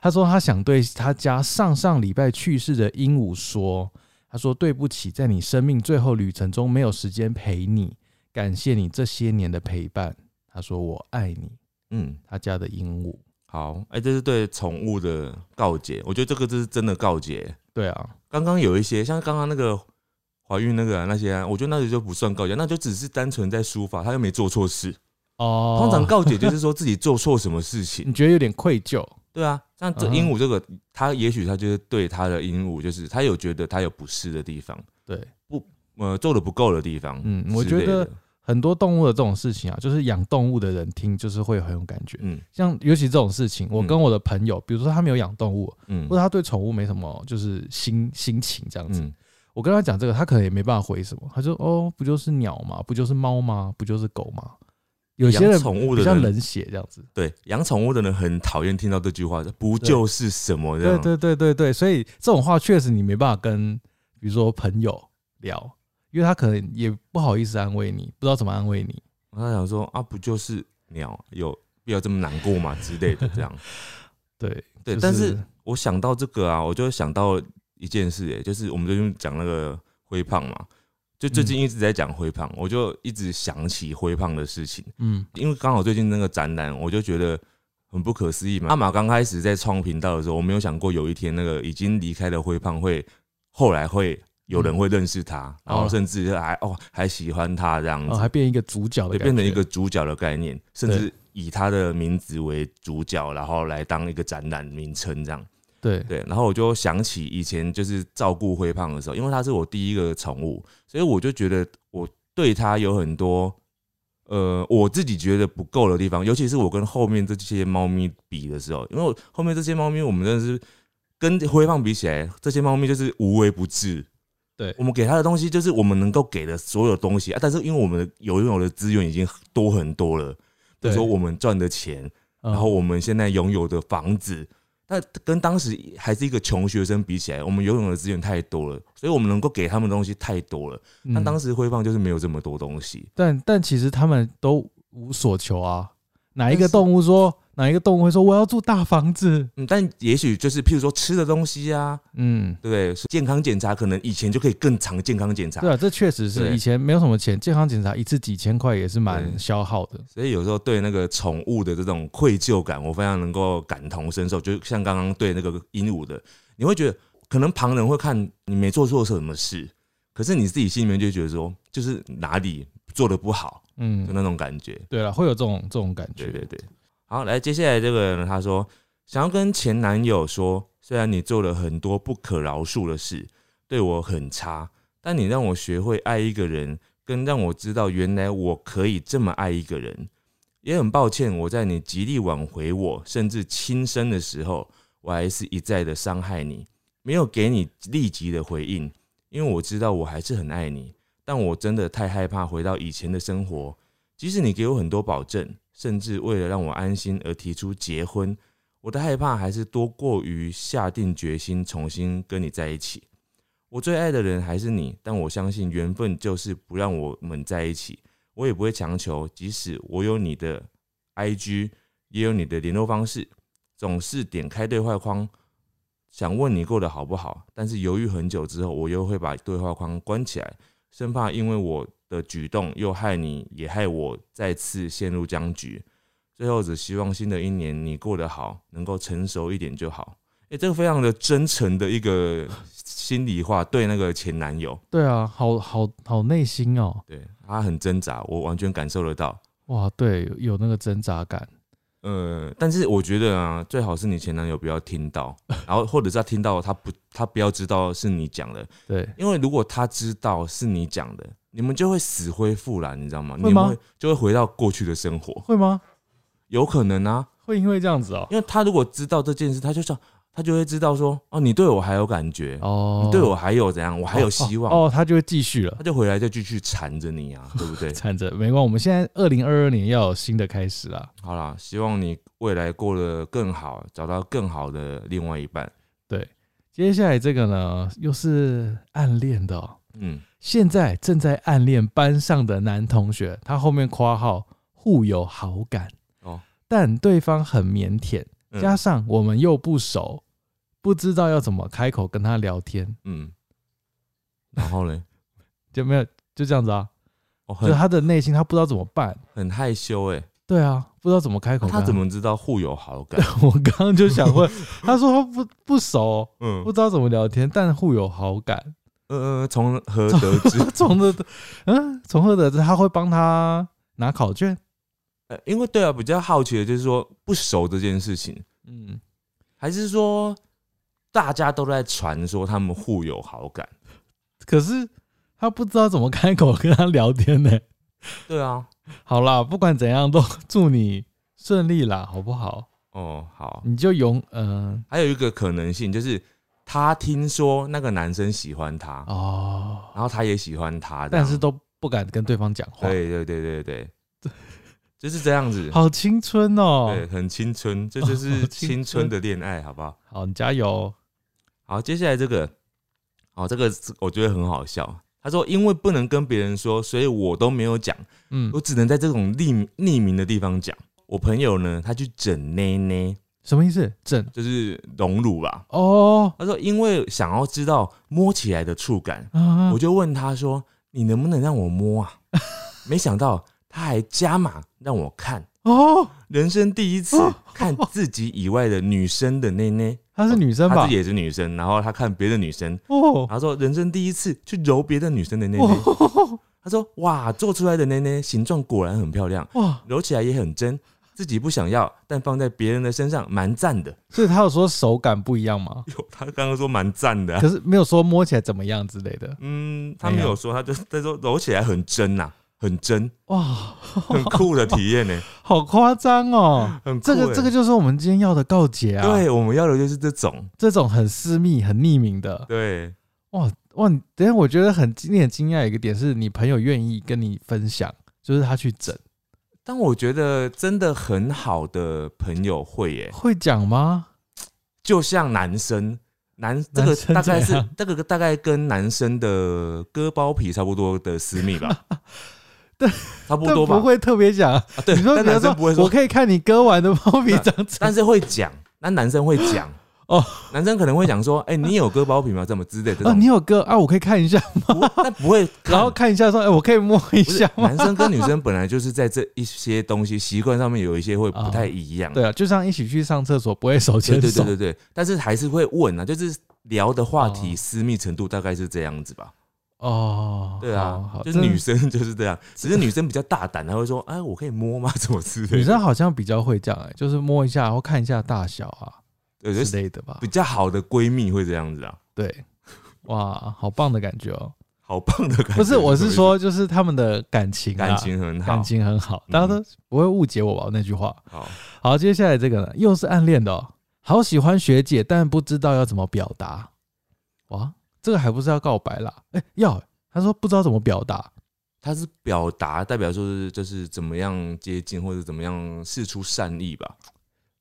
[SPEAKER 1] 他说他想对他家上上礼拜去世的鹦鹉说，他说对不起，在你生命最后旅程中没有时间陪你，感谢你这些年的陪伴。他说我爱你，
[SPEAKER 2] 嗯，
[SPEAKER 1] 他家的鹦鹉。
[SPEAKER 2] 好，哎、这是对宠物的告解，我觉得这个这是真的告解。
[SPEAKER 1] 对啊，
[SPEAKER 2] 刚刚有一些像刚刚那个怀孕那个、啊、那些、啊，我觉得那个就不算告解，那就只是单纯在抒发，他又没做错事。
[SPEAKER 1] 哦，
[SPEAKER 2] 通常告解就是说自己做错什么事 情
[SPEAKER 1] 你，觉得有点愧疚，
[SPEAKER 2] 对啊，像这
[SPEAKER 1] 嗯
[SPEAKER 2] 鹦鹉这个，他也许他就是对他的鹦鹉，就是他有觉得他有不适的地方，
[SPEAKER 1] 对，
[SPEAKER 2] 呃，做的不够的地方之类
[SPEAKER 1] 嗯
[SPEAKER 2] 的。
[SPEAKER 1] 我觉得很多动物的这种事情啊，就是养动物的人听就是会很有感觉。
[SPEAKER 2] 嗯
[SPEAKER 1] 像尤其这种事情，我
[SPEAKER 2] 嗯
[SPEAKER 1] 跟我的朋友，比如说他没有养动物，
[SPEAKER 2] 嗯
[SPEAKER 1] 或者他对宠物没什么就是心心情这样子，
[SPEAKER 2] 嗯
[SPEAKER 1] 我跟他讲这个，他可能也没办法回什么，他说哦，不就是鸟吗？不就是猫吗？不就是狗吗？有些人
[SPEAKER 2] 养宠物
[SPEAKER 1] 比
[SPEAKER 2] 的
[SPEAKER 1] 较
[SPEAKER 2] 人
[SPEAKER 1] 冷血这样子，
[SPEAKER 2] 对，养宠物的人很讨厌听到这句话，不就是什么这
[SPEAKER 1] 对
[SPEAKER 2] 样？
[SPEAKER 1] 对对对对，所以这种话确实你没办法跟比如说朋友聊，因为他可能也不好意思安慰你，不知道怎么安慰你。
[SPEAKER 2] 他想说啊，不就是鸟，有必要这么难过吗之类的这样。
[SPEAKER 1] 对
[SPEAKER 2] 对
[SPEAKER 1] 就
[SPEAKER 2] 但是我想到这个啊，我就想到一件事、欸，就是我们最近讲那个灰胖嘛，就最
[SPEAKER 1] 嗯
[SPEAKER 2] 近一直在讲灰胖，我就一直想起灰胖的事情，
[SPEAKER 1] 嗯
[SPEAKER 2] 因为刚好最近那个展览，我就觉得。很不可思议嘛！阿玛刚开始在创频道的时候，我没有想过有一天那个已经离开的灰胖会，后来会有
[SPEAKER 1] 嗯
[SPEAKER 2] 人会认识他，然后甚至还哦还喜欢他这样子，
[SPEAKER 1] 哦，还变一个主角的
[SPEAKER 2] 对，
[SPEAKER 1] 感觉，
[SPEAKER 2] 嗯变成一个主角的概念，甚至以他的名字为主角，然后来当一个展览名称这样。
[SPEAKER 1] 对
[SPEAKER 2] 对，然后我就想起以前就是照顾灰胖的时候，因为他是我第一个宠物，所以我就觉得我对他有很多。呃，我自己觉得不够的地方，尤其是我跟后面这些猫咪比的时候，因为我后面这些猫咪，我们真的是跟灰胖比起来，这些猫咪就是无微不至，
[SPEAKER 1] 对
[SPEAKER 2] 我们给他的东西就是我们能够给的所有东西啊，但是因为我们的有拥有的资源已经多很多了，比
[SPEAKER 1] 对
[SPEAKER 2] 如说我们赚的钱，
[SPEAKER 1] 嗯
[SPEAKER 2] 然后我们现在拥有的房子，那跟当时还是一个穷学生比起来，我们拥有的资源太多了，所以我们能够给他们的东西太多了。但
[SPEAKER 1] 嗯
[SPEAKER 2] 当时辉放就是没有这么多东西，
[SPEAKER 1] 但但其实他们都无所求啊。哪一个动物说？哪一个动物会说我要住大房子？
[SPEAKER 2] 嗯，但也许就是譬如说吃的东西啊，
[SPEAKER 1] 嗯，
[SPEAKER 2] 对不对？健康检查可能以前就可以更长健康检查
[SPEAKER 1] 对，啊，这确实是
[SPEAKER 2] 对
[SPEAKER 1] 以前没有什么钱，健康检查一次几千块也是蛮
[SPEAKER 2] 对
[SPEAKER 1] 消耗的。
[SPEAKER 2] 所以有时候对那个宠物的这种愧疚感，我非常能够感同身受。就像刚刚对那个鹦鹉的，你会觉得可能旁人会看你没做错什么事，可是你自己心里面就会觉得说，就是哪里做的不好，就
[SPEAKER 1] 嗯，
[SPEAKER 2] 那种感觉。
[SPEAKER 1] 对了，会有这种这种感觉。
[SPEAKER 2] 对对对。好，来，接下来这个人他说，想要跟前男友说，虽然你做了很多不可饶恕的事，对我很差，但你让我学会爱一个人，跟让我知道原来我可以这么爱一个人。也很抱歉，我在你极力挽回我，甚至轻生的时候，我还是一再的伤害你，没有给你立即的回应，因为我知道我还是很爱你，但我真的太害怕回到以前的生活，即使你给我很多保证，甚至为了让我安心而提出结婚，我的害怕还是多过于下定决心重新跟你在一起。我最爱的人还是你，但我相信缘分就是不让我们在一起，我也不会强求。即使我有你的 IG，也有你的联络方式，总是点开对话框，想问你过得好不好，但是犹豫很久之后，我又会把对话框关起来。生怕因为我的举动又害你，也害我再次陷入僵局。最后只希望新的一年你过得好，能够成熟一点就好。诶、这个非常的真诚的一个心里话，对那个前男友，
[SPEAKER 1] 对啊，好好好内心哦。呃
[SPEAKER 2] 对他很挣扎，我完全感受得到。
[SPEAKER 1] 哇，对，有那个挣扎感，
[SPEAKER 2] 呃，但是我觉得啊，最好是你前男友不要听到，然后或者是他听到他不他不要知道是你讲的，
[SPEAKER 1] 对，
[SPEAKER 2] 因为如果他知道是你讲的，你们就会死灰复燃，你知道吗？
[SPEAKER 1] 会
[SPEAKER 2] 你
[SPEAKER 1] 吗
[SPEAKER 2] 们会就会回到过去的生活，
[SPEAKER 1] 会吗？
[SPEAKER 2] 有可能啊，
[SPEAKER 1] 会因为这样子哦、
[SPEAKER 2] 因为他如果知道这件事，他就想他就会知道说，哦，你对我还有感觉，
[SPEAKER 1] 哦，
[SPEAKER 2] 你对我还有怎样，我还有
[SPEAKER 1] 哦
[SPEAKER 2] 希望，
[SPEAKER 1] 哦，哦他就会继续了？
[SPEAKER 2] 他。就回来就继续缠着你啊，对不对
[SPEAKER 1] 缠着，没关系，我们现在二零二二年要有新的开始啦。
[SPEAKER 2] 好啦，希望你未来过得更好，找到更好的另外一半。
[SPEAKER 1] 接下来这个呢，又是暗恋的、哦，
[SPEAKER 2] 嗯，
[SPEAKER 1] 现在正在暗恋班上的男同学，他后面括号互有好感
[SPEAKER 2] 哦
[SPEAKER 1] 但对方很腼腆，
[SPEAKER 2] 嗯
[SPEAKER 1] 加上我们又不熟，不知道要怎么开口跟他聊天，
[SPEAKER 2] 嗯，然后呢？
[SPEAKER 1] 就没有就这样子啊，
[SPEAKER 2] 哦，
[SPEAKER 1] 就是
[SPEAKER 2] 很
[SPEAKER 1] 他的内心他不知道怎么办，
[SPEAKER 2] 很害羞哎、
[SPEAKER 1] 对啊，不知道怎么开口
[SPEAKER 2] 那
[SPEAKER 1] 跟
[SPEAKER 2] 他怎么知道互有好感？
[SPEAKER 1] 我刚刚就想问，他说他不不熟，哦
[SPEAKER 2] 嗯
[SPEAKER 1] 不知道怎么聊天，但互有好感。
[SPEAKER 2] 呃，从何得知？
[SPEAKER 1] 从的，嗯，从何得知他会帮他拿考卷？
[SPEAKER 2] 呃因为对啊，比较好奇的就是说不熟这件事情，
[SPEAKER 1] 嗯，
[SPEAKER 2] 还是说大家都在传说他们互有好感？
[SPEAKER 1] 可是他不知道怎么开口跟他聊天呢、
[SPEAKER 2] 对啊，
[SPEAKER 1] 好啦，不管怎样，都祝你顺利啦，好不好？
[SPEAKER 2] 哦，好，
[SPEAKER 1] 你就勇，嗯、
[SPEAKER 2] 还有一个可能性就是他听说那个男生喜欢他，
[SPEAKER 1] 哦，
[SPEAKER 2] 然后他也喜欢他，这样
[SPEAKER 1] 但是都不敢跟对方讲话，
[SPEAKER 2] 对对对对对， 就是这样子，
[SPEAKER 1] 好青春哦、
[SPEAKER 2] 对，很青春，这就
[SPEAKER 1] 好
[SPEAKER 2] 是
[SPEAKER 1] 青
[SPEAKER 2] 青春
[SPEAKER 1] 春
[SPEAKER 2] 的恋爱，好不好？
[SPEAKER 1] 好，你加油。
[SPEAKER 2] 好，接下来这个，好，这个是我觉得很好笑。他说：“因为不能跟别人说，所以我都没有讲，
[SPEAKER 1] 嗯
[SPEAKER 2] 我，只能在这种匿匿名的地方讲。我朋友呢，他去整奶奶，
[SPEAKER 1] 什么意思？整
[SPEAKER 2] 就是荣辱吧。
[SPEAKER 1] 哦
[SPEAKER 2] 他说，因为想要知道摸起来的触感，
[SPEAKER 1] 啊
[SPEAKER 2] 我就问他说：“你能不能让我摸啊？” 没想到他还加码让我看，
[SPEAKER 1] 哦，
[SPEAKER 2] 人生第一次
[SPEAKER 1] 哦
[SPEAKER 2] 看自己以外的女生的内内，
[SPEAKER 1] 她是女生
[SPEAKER 2] 哦他
[SPEAKER 1] 吧
[SPEAKER 2] 自己？也是女生，然后他看别的女生，
[SPEAKER 1] 哦，
[SPEAKER 2] 他说人生第一次去揉别的女生的内内，
[SPEAKER 1] 哇
[SPEAKER 2] 他说：“哇，做出来的内内形状果然很漂亮，
[SPEAKER 1] 哇！
[SPEAKER 2] 揉起来也很真，自己不想要，但放在别人的身上蛮赞的。？
[SPEAKER 1] 所以他有说手感不一样吗
[SPEAKER 2] 哟”他刚刚说蛮赞的啊、
[SPEAKER 1] 可是没有说摸起来怎么样之类的。
[SPEAKER 2] 嗯，他
[SPEAKER 1] 没
[SPEAKER 2] 没
[SPEAKER 1] 有哦
[SPEAKER 2] 有说，他就他说揉起来很真呐、很真，
[SPEAKER 1] 哇，
[SPEAKER 2] 很酷的体 验呢、
[SPEAKER 1] 好夸张 哦！
[SPEAKER 2] 很酷
[SPEAKER 1] 这
[SPEAKER 2] 欸、
[SPEAKER 1] 个这个就是我们今天要的告解啊，，
[SPEAKER 2] 对，我们要的就是这种。
[SPEAKER 1] 这种很私密、很匿名的。
[SPEAKER 2] 对，
[SPEAKER 1] 哇哇！你等一下我觉得很你很惊讶的一个点是你朋友愿意跟你分享，就是他去整
[SPEAKER 2] 但我觉得真的很好的朋友会耶、
[SPEAKER 1] 会讲吗？
[SPEAKER 2] 就像男生，男这
[SPEAKER 1] 男
[SPEAKER 2] 个
[SPEAKER 1] 生
[SPEAKER 2] 大概
[SPEAKER 1] 怎
[SPEAKER 2] 是
[SPEAKER 1] 样，
[SPEAKER 2] 这个大概跟男生的割包皮差不多的私密吧
[SPEAKER 1] 但
[SPEAKER 2] 差不
[SPEAKER 1] 但
[SPEAKER 2] 多吧，
[SPEAKER 1] 不会特别 讲。
[SPEAKER 2] 啊对
[SPEAKER 1] 你，说
[SPEAKER 2] 但
[SPEAKER 1] 比如
[SPEAKER 2] 男生不会
[SPEAKER 1] 说，我
[SPEAKER 2] 说，
[SPEAKER 1] 可以看你割完的包皮长怎
[SPEAKER 2] 但是会讲，那男生会讲
[SPEAKER 1] 哦
[SPEAKER 2] 哦，男生可能会讲说，哎，你有割包皮吗？这么之类的这
[SPEAKER 1] 啊？你
[SPEAKER 2] 种，
[SPEAKER 1] 有割啊？我可以看 一下，
[SPEAKER 2] 不会但不会看，
[SPEAKER 1] 然后看一下说，哎，我可以摸一
[SPEAKER 2] 不是
[SPEAKER 1] 下吗？
[SPEAKER 2] 男生跟女生本来就是在这一些东西习惯上面有一些会不太一样，
[SPEAKER 1] 对啊，就像一起去上厕所不会手
[SPEAKER 2] 对
[SPEAKER 1] 牵
[SPEAKER 2] 对
[SPEAKER 1] 手
[SPEAKER 2] 对对对，但是还是会问啊，就是聊的话题
[SPEAKER 1] 哦
[SPEAKER 2] 私密程度大概是这样子吧。
[SPEAKER 1] 哦，
[SPEAKER 2] 对
[SPEAKER 1] 好
[SPEAKER 2] 啊
[SPEAKER 1] 好，
[SPEAKER 2] 就是
[SPEAKER 1] 真的
[SPEAKER 2] 女生就是这样，只是女生比较大胆，她会说：“哎，我可以摸吗？怎么之类的。”
[SPEAKER 1] 女生好像比较会这样、欸，就是摸一下，然后看一下大小啊
[SPEAKER 2] 对，就
[SPEAKER 1] 之
[SPEAKER 2] 是
[SPEAKER 1] 类的吧
[SPEAKER 2] 比。较好的闺蜜会这样子啊，
[SPEAKER 1] 对， 哇，好棒的感觉哦、
[SPEAKER 2] 好棒的感觉。
[SPEAKER 1] 不是，我是
[SPEAKER 2] 对
[SPEAKER 1] 说，就是他们的感情、啊，
[SPEAKER 2] 感情很好，嗯
[SPEAKER 1] 感情很好，大家都不会误解我吧？那句话。
[SPEAKER 2] 好，
[SPEAKER 1] 好，接下来这个呢，又是暗恋的、哦，好喜欢学姐，但不知道要怎么表达。哇，这个还不是要告白啦？哎、要欸，他说不知道怎么表达。
[SPEAKER 2] 它是表达，代表说是就是怎么样接近或者怎么样示出善意吧。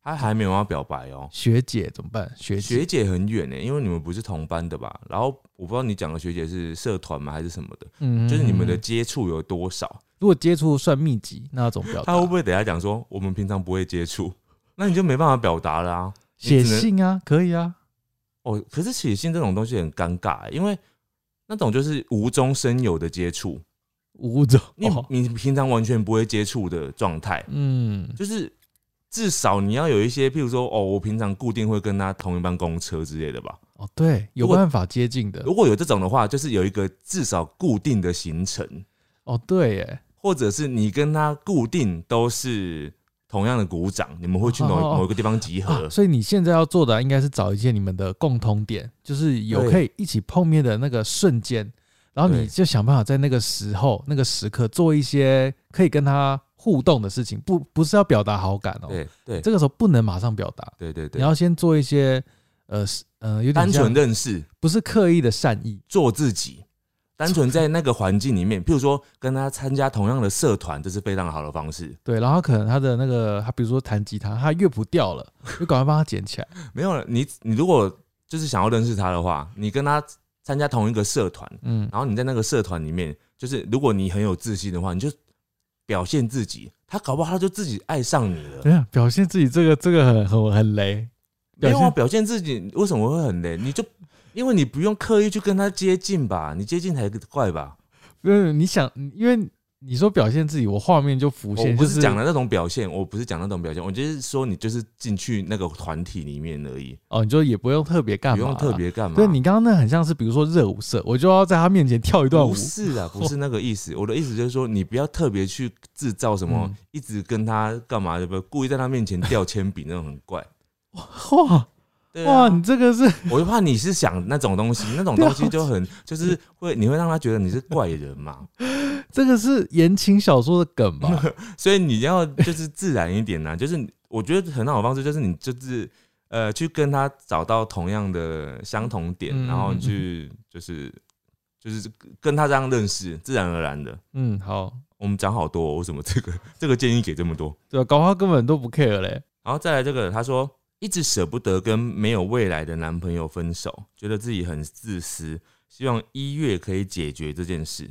[SPEAKER 2] 她还没有要表白哦，
[SPEAKER 1] 学姐怎么办？学姐
[SPEAKER 2] 学姐很远呢，欸因为你们不是同班的吧？然后我不知道你讲的学姐是社团吗还是什么的，
[SPEAKER 1] 嗯
[SPEAKER 2] 就是你们的接触有多少？
[SPEAKER 1] 如果接触算密集，那要怎么表达？
[SPEAKER 2] 他会不会等下讲说我们平常不会接触？ 那你就没办法表达了啊。
[SPEAKER 1] 写
[SPEAKER 2] 你只能
[SPEAKER 1] 信啊，可以啊。
[SPEAKER 2] 哦，可是写信这种东西很尴尬，因为那种就是无中生有的接触，
[SPEAKER 1] 五种，
[SPEAKER 2] 你、
[SPEAKER 1] 哦
[SPEAKER 2] 你平常完全不会接触的状态，
[SPEAKER 1] 嗯，
[SPEAKER 2] 就是至少你要有一些，譬如说哦，我平常固定会跟他同一班公车之类的吧。
[SPEAKER 1] 哦，对，有
[SPEAKER 2] 如果
[SPEAKER 1] 办法接近的
[SPEAKER 2] 如，果有这种的话，就是有一个至少固定的行程，
[SPEAKER 1] 哦，对，耶，
[SPEAKER 2] 或者是你跟他固定都是同样的鼓掌，你们会去某
[SPEAKER 1] 哦哦哦
[SPEAKER 2] 某一个地方集合
[SPEAKER 1] 啊，。所以你现在要做的应该是找一些你们的共同点，就是有
[SPEAKER 2] 对
[SPEAKER 1] 可以一起碰面的那个瞬间，然后你
[SPEAKER 2] 对
[SPEAKER 1] 就想办法在那个时候、那个时刻做一些可以跟他互动的事情，不不是要表达好感哦、
[SPEAKER 2] 对对
[SPEAKER 1] 这个时候不能马上表达，
[SPEAKER 2] 对对
[SPEAKER 1] 你
[SPEAKER 2] 对，
[SPEAKER 1] 要先做一些呃是呃有点
[SPEAKER 2] 单纯
[SPEAKER 1] 像
[SPEAKER 2] 认识，
[SPEAKER 1] 不是刻意的善意，
[SPEAKER 2] 做自己，单纯在那个环境里面，譬如说跟他参加同样的社团，这是非常好的方式。
[SPEAKER 1] 对，然后可能他的那个他比如说弹吉他，他乐谱掉 了，就赶快帮他捡起来，
[SPEAKER 2] 没有了，你你如果就是想要认识他的话，你跟他参加同一个社团，
[SPEAKER 1] 嗯，
[SPEAKER 2] 然后你在那个社团里面，就是如果你很有自信的话，你就表现自己，他搞不好他就自己爱上你了。
[SPEAKER 1] 等一下啊表现自己这个这个很很很雷，
[SPEAKER 2] 没有啊，
[SPEAKER 1] 表现
[SPEAKER 2] 表现自己为什么会很累？你就因为你不用刻意去跟他接近吧，你接近才怪吧。
[SPEAKER 1] 不是你想，因为你说表现自己，我画面就浮
[SPEAKER 2] 哦我
[SPEAKER 1] 现，
[SPEAKER 2] 不
[SPEAKER 1] 就是
[SPEAKER 2] 讲的那种表现，我不是讲那种表现，我就是说你就是进去那个团体里面而已，
[SPEAKER 1] 哦，你就也不用特别干
[SPEAKER 2] 不
[SPEAKER 1] 嘛啦，
[SPEAKER 2] 用特别干嘛。
[SPEAKER 1] 对你刚刚那很像是，比如说热舞社，我就要在他面前跳一段舞
[SPEAKER 2] 不，是啊， 不是那个意思。我的意思就是说，你不要特别去制造什么
[SPEAKER 1] 嗯，
[SPEAKER 2] 一直跟他干嘛的，不故意在他面前掉铅笔那种很怪。
[SPEAKER 1] 哇
[SPEAKER 2] 对啊
[SPEAKER 1] 哇，你啊这个是
[SPEAKER 2] 我就怕你是想那种东西，那种东西就很就是会，你会让他觉得你是怪人嘛。
[SPEAKER 1] 这个是言情小说的梗 吧？
[SPEAKER 2] 所以你要就是自然一点呐、 就是我觉得很好的方式就是你就是呃去跟他找到同样的相同点，
[SPEAKER 1] 嗯
[SPEAKER 2] 然后你去就是就是跟他这样认识，自然而然的。
[SPEAKER 1] 嗯，好，
[SPEAKER 2] 我们讲好多、哦，为什么这个 这个建议给这么多？
[SPEAKER 1] 对吧？啊搞不好根本都不 care 嘞，
[SPEAKER 2] 然后再来这个，他说一直舍不得跟没有未来的男朋友分手，觉得自己很自私，希望一月可以解决这件事。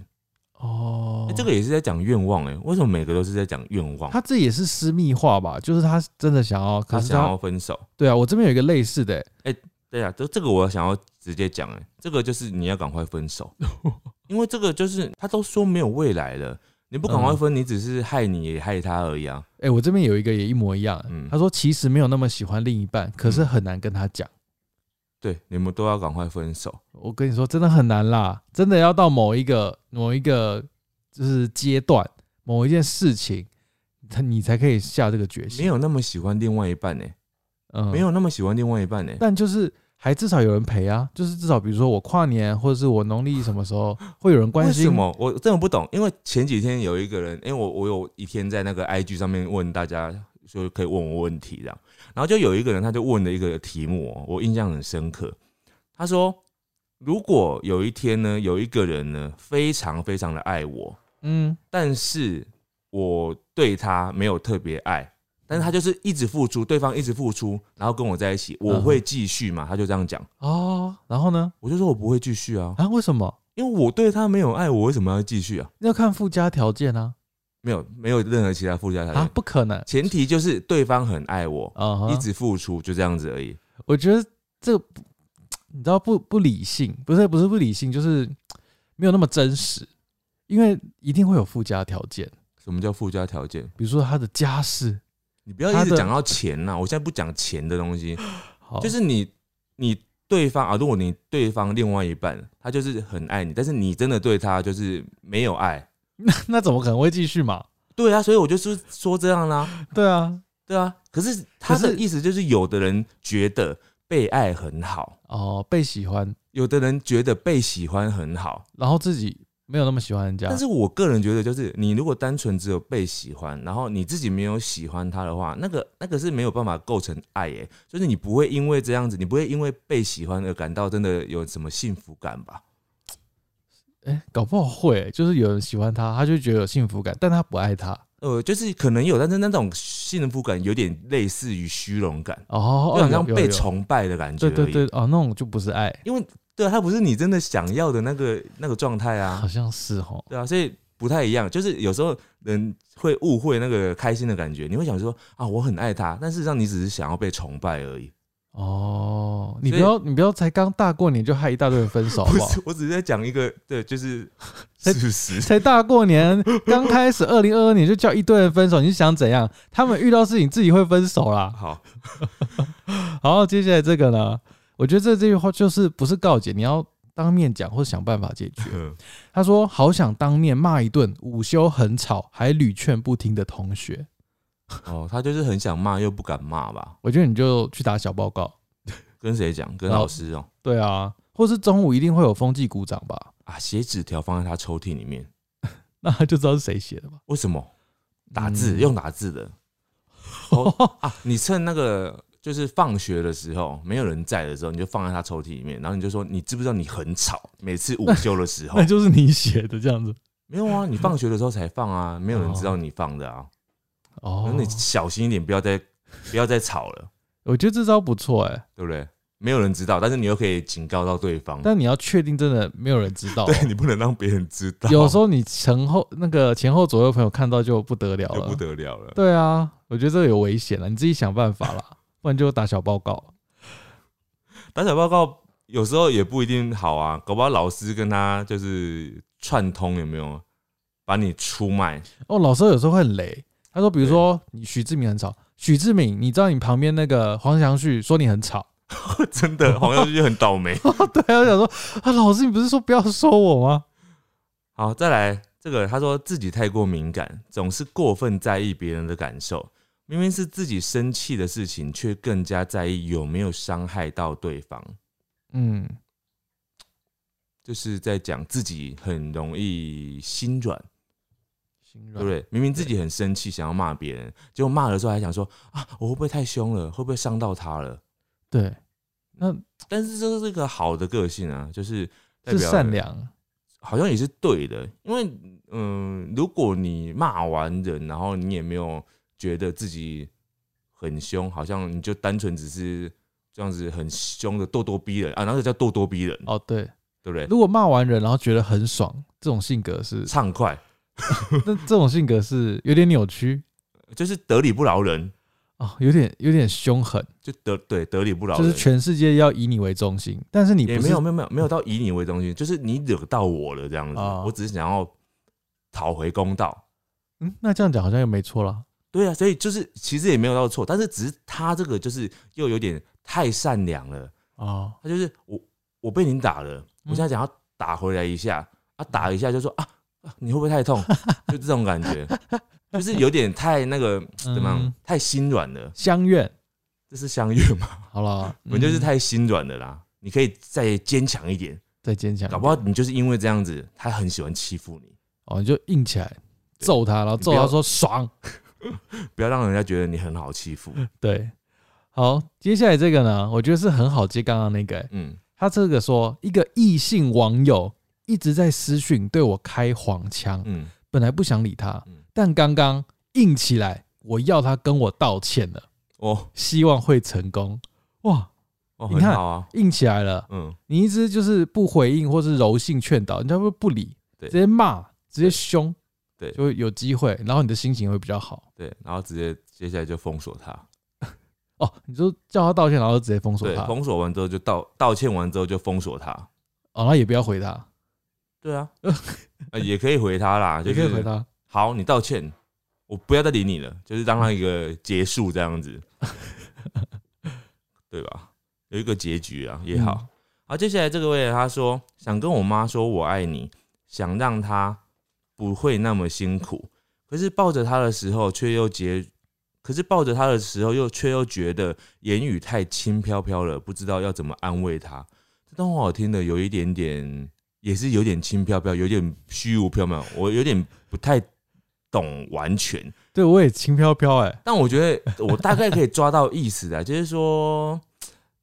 [SPEAKER 1] 哦
[SPEAKER 2] 欸、这个也是在讲愿望哎、为什么每个都是在讲愿望？
[SPEAKER 1] 他这也是私密化吧？就是他真的想要，可
[SPEAKER 2] 他
[SPEAKER 1] 是
[SPEAKER 2] 想
[SPEAKER 1] 他
[SPEAKER 2] 要分手。
[SPEAKER 1] 对啊，我这边有一个类似的欸，
[SPEAKER 2] 对啊，这这个我想要直接讲哎、这个就是你要赶快分手，因为这个就是他都说没有未来了，你不赶快分，你只是害你也害他而已啊。
[SPEAKER 1] 哎，我这边有一个也一模一样欸，
[SPEAKER 2] 嗯
[SPEAKER 1] 他说其实没有那么喜欢另一半，可是很难跟他讲。
[SPEAKER 2] 对，你们都要赶快分手。
[SPEAKER 1] 我跟你说，真的很难啦，真的要到某一个某一个就是阶段，某一件事情，他你才可以下这个决心。
[SPEAKER 2] 没，有那么喜欢另外一半呢、欸
[SPEAKER 1] 嗯
[SPEAKER 2] 没有，那么喜欢另外一半欸呢、
[SPEAKER 1] 但就是还至少有人陪啊，就是至少比如说我跨年或者是我农历什么时 候会有人关
[SPEAKER 2] 为什
[SPEAKER 1] 心。
[SPEAKER 2] 么？我真的不懂。因为前几天有一个人，因为我我有一天在那个 IG 上面问大家，说可以问我问题这样，然后就有一个人他就问了一个题目哦，我印象很深刻。他说，如果有一天呢，有一个人呢非常非常的爱我，
[SPEAKER 1] 嗯，
[SPEAKER 2] 但是我对他没有特别爱，但是他就是一直付出，对方一直付出，然后跟我在一
[SPEAKER 1] 嗯
[SPEAKER 2] 起，我会继续吗？他就这样讲，
[SPEAKER 1] 哦，然后呢？
[SPEAKER 2] 我就说我不会继续啊，
[SPEAKER 1] 啊，为什么？
[SPEAKER 2] 因为我对他没有爱，我为什么要继续啊？
[SPEAKER 1] 要看附加条件啊
[SPEAKER 2] 没有没有任何其他附加条件，
[SPEAKER 1] 啊，不可能
[SPEAKER 2] 前提就是对方很爱我，
[SPEAKER 1] 啊哈！
[SPEAKER 2] 一直付出，就这样子而已。
[SPEAKER 1] 我觉得这不你知道不不理性，不是不是不理性，就是没有那么真实，因为一定会有附加条件。
[SPEAKER 2] 什么叫附加条件？
[SPEAKER 1] 比如说他的家世，
[SPEAKER 2] 你不要
[SPEAKER 1] 他
[SPEAKER 2] 一直
[SPEAKER 1] 的哦
[SPEAKER 2] 讲到钱啊呐、我现在不讲钱的东西，
[SPEAKER 1] 好，
[SPEAKER 2] 就是你你对方啊，如果你对方另外一半他就是很爱你，但是你真的对他就是没有爱，
[SPEAKER 1] 那怎么可能会继续嘛？
[SPEAKER 2] 对啊，所以我就是说这样啦、
[SPEAKER 1] 对啊，
[SPEAKER 2] 对啊。可是他
[SPEAKER 1] 可
[SPEAKER 2] 的
[SPEAKER 1] 是
[SPEAKER 2] 意思就是，有的人觉得被爱很好，
[SPEAKER 1] 哦，被喜欢，
[SPEAKER 2] 有的人觉得被喜欢很好，
[SPEAKER 1] 然后自己没有那么喜欢人家
[SPEAKER 2] 但，是我个人觉得，就是你如果单纯只有被喜欢，然后你自己没有喜欢他的话，那个那个是没有办法构成爱耶、就是你不会因为这样子，你不会因为被喜欢而感到真的有什么幸福感吧？
[SPEAKER 1] 哎、搞不好会、就是有人喜欢他，他就觉得有幸福感，但他不爱他。
[SPEAKER 2] 呃，就是可能有，但是那种幸福感有点类似于虚荣感，
[SPEAKER 1] 哦，
[SPEAKER 2] 就好像
[SPEAKER 1] 有有
[SPEAKER 2] 被
[SPEAKER 1] 有
[SPEAKER 2] 崇拜的感觉而
[SPEAKER 1] 对
[SPEAKER 2] 已。
[SPEAKER 1] 对对，哦，那种就不是爱，
[SPEAKER 2] 因为对啊，它不是你真的想要的那个那个状态啊
[SPEAKER 1] 好，像是哦。
[SPEAKER 2] 对啊，所以不太一样。就是有时候人会误会那个开心的感觉，你会想说啊，我很爱他，但事实上你只是想要被崇拜而已。
[SPEAKER 1] 哦，你不
[SPEAKER 2] 所以
[SPEAKER 1] 要你不要才刚大过年就害一大堆人分手好
[SPEAKER 2] 不
[SPEAKER 1] 好？
[SPEAKER 2] 是，我只是在讲一个，对，就是
[SPEAKER 1] 在
[SPEAKER 2] 事 实。
[SPEAKER 1] 才大过年，刚开始二零二二年就叫一堆人分手，你是想怎样？他们遇到事情自己会分手啦。
[SPEAKER 2] 好，
[SPEAKER 1] 好，接下来这个呢，我觉得这这句话就是不是告诫，你要当面讲或想办法解决。
[SPEAKER 2] 嗯
[SPEAKER 1] 他说好想当面骂一顿午休很吵还屡劝不听的同学。
[SPEAKER 2] 哦，他就是很想骂又不敢骂吧？
[SPEAKER 1] 我觉得你就去打小报告。
[SPEAKER 2] 跟谁讲？跟
[SPEAKER 1] 老
[SPEAKER 2] 老师哦。
[SPEAKER 1] 对啊，或是中午一定会有风纪鼓掌吧？
[SPEAKER 2] 啊，写纸条放在他抽屉里面，
[SPEAKER 1] 那他就知道是谁写的吧？
[SPEAKER 2] 为什么？打字、
[SPEAKER 1] 嗯
[SPEAKER 2] 用打字的哦啊！你趁那个就是放学的时候，没有人在的时候，你就放在他抽屉里面，然后你就说：“你知不知道你很吵？每次午休 的时候
[SPEAKER 1] 那，就是你写的这样子
[SPEAKER 2] 没有啊，你放学的时候才放 啊，没有人知道你放的啊。那、
[SPEAKER 1] 哦。
[SPEAKER 2] 你小心一点，不要再 不要再吵了，
[SPEAKER 1] 我觉得这招不错哎、
[SPEAKER 2] 对不对？没有人知道，但是你又可以警告到对方，
[SPEAKER 1] 但你要确定真的没有人知道、哦。
[SPEAKER 2] 对你不能让别人知 道，
[SPEAKER 1] 有时候你前后那个前后左右朋友看到就不得了
[SPEAKER 2] 就
[SPEAKER 1] 了，
[SPEAKER 2] 不得了了。
[SPEAKER 1] 对啊，我觉得这个有危险了，你自己想办法 啦，不然就打小报告。
[SPEAKER 2] 打小报告有时候也不一定好啊，搞不好老师跟他就是串通，有没有把你出卖？
[SPEAKER 1] 哦，老师有时候会很雷，他说，比如说你许志明很吵，许志明，你知道你旁边那个黄祥旭说你很吵，
[SPEAKER 2] 真的，黄耀就很倒霉。
[SPEAKER 1] 对啊，我想说啊，老师你不是说不要说我吗？
[SPEAKER 2] 好，再来这个，他说自己太过敏感，总是过分在意别人的感受，明明是自己生气的事情，却更加在意有没有伤害到对方，
[SPEAKER 1] 嗯，就是
[SPEAKER 2] 是在讲自己很容易心软。
[SPEAKER 1] 心
[SPEAKER 2] 对
[SPEAKER 1] 软
[SPEAKER 2] 不对？明明自己很生气，想要骂别人，结果骂的时候还想说啊，我会不会太凶了？会不会伤到他了？
[SPEAKER 1] 对，那
[SPEAKER 2] 但是这是一个好的个性啊，就是代
[SPEAKER 1] 是
[SPEAKER 2] 表
[SPEAKER 1] 善，良，
[SPEAKER 2] 好像也是对的。因为嗯、如果你骂完人，然后你也没有觉得自己很凶，好像你就单纯只是这样子很凶的咄咄逼人啊，然后就叫咄咄逼人，
[SPEAKER 1] 哦对，
[SPEAKER 2] 对不对？
[SPEAKER 1] 如果骂完人然后觉得很爽，这种性格是，
[SPEAKER 2] 畅快
[SPEAKER 1] 那这种性格是有点扭曲
[SPEAKER 2] 就是得理不饶人，
[SPEAKER 1] 哦，有点有点凶狠。
[SPEAKER 2] 就得对得理不饶
[SPEAKER 1] 就
[SPEAKER 2] 人，
[SPEAKER 1] 是全世界要以你为中心，但是你
[SPEAKER 2] 也
[SPEAKER 1] 不
[SPEAKER 2] 没
[SPEAKER 1] 是
[SPEAKER 2] 有没有没有没有到以你为中心，就是你惹到我了这样子，
[SPEAKER 1] 啊
[SPEAKER 2] 我只是想要讨回公道。
[SPEAKER 1] 嗯，那这样讲好像又没错啦。
[SPEAKER 2] 对啊，所以就是其实也没有到错，但是只是他这个就是又有点太善良了，
[SPEAKER 1] 哦，
[SPEAKER 2] 他就是我我被您打了，我
[SPEAKER 1] 嗯
[SPEAKER 2] 现在想要打回来一下啊，打一下就说啊啊你会不会太 痛？就这种感觉，就是有点太那个怎么样
[SPEAKER 1] 嗯，
[SPEAKER 2] 太心软了，
[SPEAKER 1] 相怨，
[SPEAKER 2] 这是相遇嘛，
[SPEAKER 1] 好了，
[SPEAKER 2] 我们就是
[SPEAKER 1] 嗯
[SPEAKER 2] 太心软了啦。你可以再坚强一点，
[SPEAKER 1] 再坚强一点，
[SPEAKER 2] 搞不好你就是因为这样子，他很喜欢欺负你。
[SPEAKER 1] 哦，你就硬起来
[SPEAKER 2] 对
[SPEAKER 1] 揍他，然后
[SPEAKER 2] 你
[SPEAKER 1] 揍
[SPEAKER 2] 不
[SPEAKER 1] 他
[SPEAKER 2] 要
[SPEAKER 1] 说爽。
[SPEAKER 2] 不要让人家觉得你很好欺 负。
[SPEAKER 1] 对，好，接下来这个呢，我觉得是很好接刚刚那个、欸
[SPEAKER 2] 嗯，
[SPEAKER 1] 他这个说一个异性网友一直在私讯对我开黄腔，
[SPEAKER 2] 嗯，
[SPEAKER 1] 本来不想理他
[SPEAKER 2] 嗯，
[SPEAKER 1] 但刚刚硬起来，我要他跟我道歉了，
[SPEAKER 2] 哦，
[SPEAKER 1] 希望会成功。哇，
[SPEAKER 2] 哦，
[SPEAKER 1] 你
[SPEAKER 2] 很
[SPEAKER 1] 看
[SPEAKER 2] 好啊，
[SPEAKER 1] 硬起来了。
[SPEAKER 2] 嗯，
[SPEAKER 1] 你一直就是不回应或是柔性劝导，人家会不理，
[SPEAKER 2] 对
[SPEAKER 1] 直接骂，直接凶，
[SPEAKER 2] 对
[SPEAKER 1] 就会有机会，然后你的心情会比较好。
[SPEAKER 2] 对，然后直接接下来就封锁他，
[SPEAKER 1] 哦，你就叫他道歉，然后直接封锁
[SPEAKER 2] 对
[SPEAKER 1] 他，，哦，
[SPEAKER 2] 封锁完之后就道道歉完之后就封锁他，
[SPEAKER 1] 然哦后也不要回他，
[SPEAKER 2] 对啊， 呃也可以回 他啦，就
[SPEAKER 1] 也可
[SPEAKER 2] 是
[SPEAKER 1] 以回，他。
[SPEAKER 2] 好，你道歉，我不要再理你了，就是当他一个结束这 样子，对吧？有一个结局啊也
[SPEAKER 1] 嗯
[SPEAKER 2] 好。好，接下来这个位他说想跟我妈说我爱你，想让她不会那么辛苦，可是抱着她的时候却又觉，可是抱着她的时候又却又觉得言语太轻飘飘了，不知道要怎么安慰她。这段话我听的有一点点，也是有点轻飘飘，有点虚无缥缈，我有点不太懂完全。
[SPEAKER 1] 对我也轻飘飘哎，
[SPEAKER 2] 但我觉得我大概可以抓到意思的， 就是说，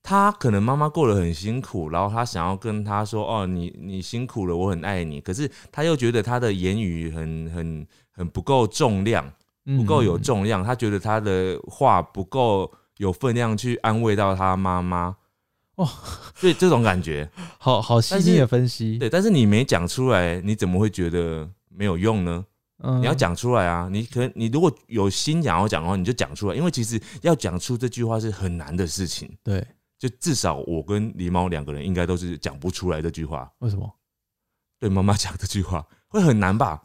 [SPEAKER 2] 他可能妈妈过得很辛苦，然后他想要跟他说：“哦，你你辛苦了，我很爱你。”可是他又觉得他的言语很很很不够重量，
[SPEAKER 1] 嗯
[SPEAKER 2] 不够有，重量，他觉得他的话不够有分量去安慰到他妈妈。
[SPEAKER 1] 哦，
[SPEAKER 2] 对这种感觉，
[SPEAKER 1] 好好细
[SPEAKER 2] 但是
[SPEAKER 1] 腻的分析。
[SPEAKER 2] 对，但是你没讲出来，你怎么会觉得没有用呢？
[SPEAKER 1] 嗯
[SPEAKER 2] 你要讲出来啊！你可你如果有心想要讲的话，你就讲出来，因为其实要讲出这句话是很难的事情。
[SPEAKER 1] 对，
[SPEAKER 2] 就至少我跟狸猫两个人应该都是讲不出来这句话，
[SPEAKER 1] 为什么？
[SPEAKER 2] 对妈妈讲这句话会很难吧？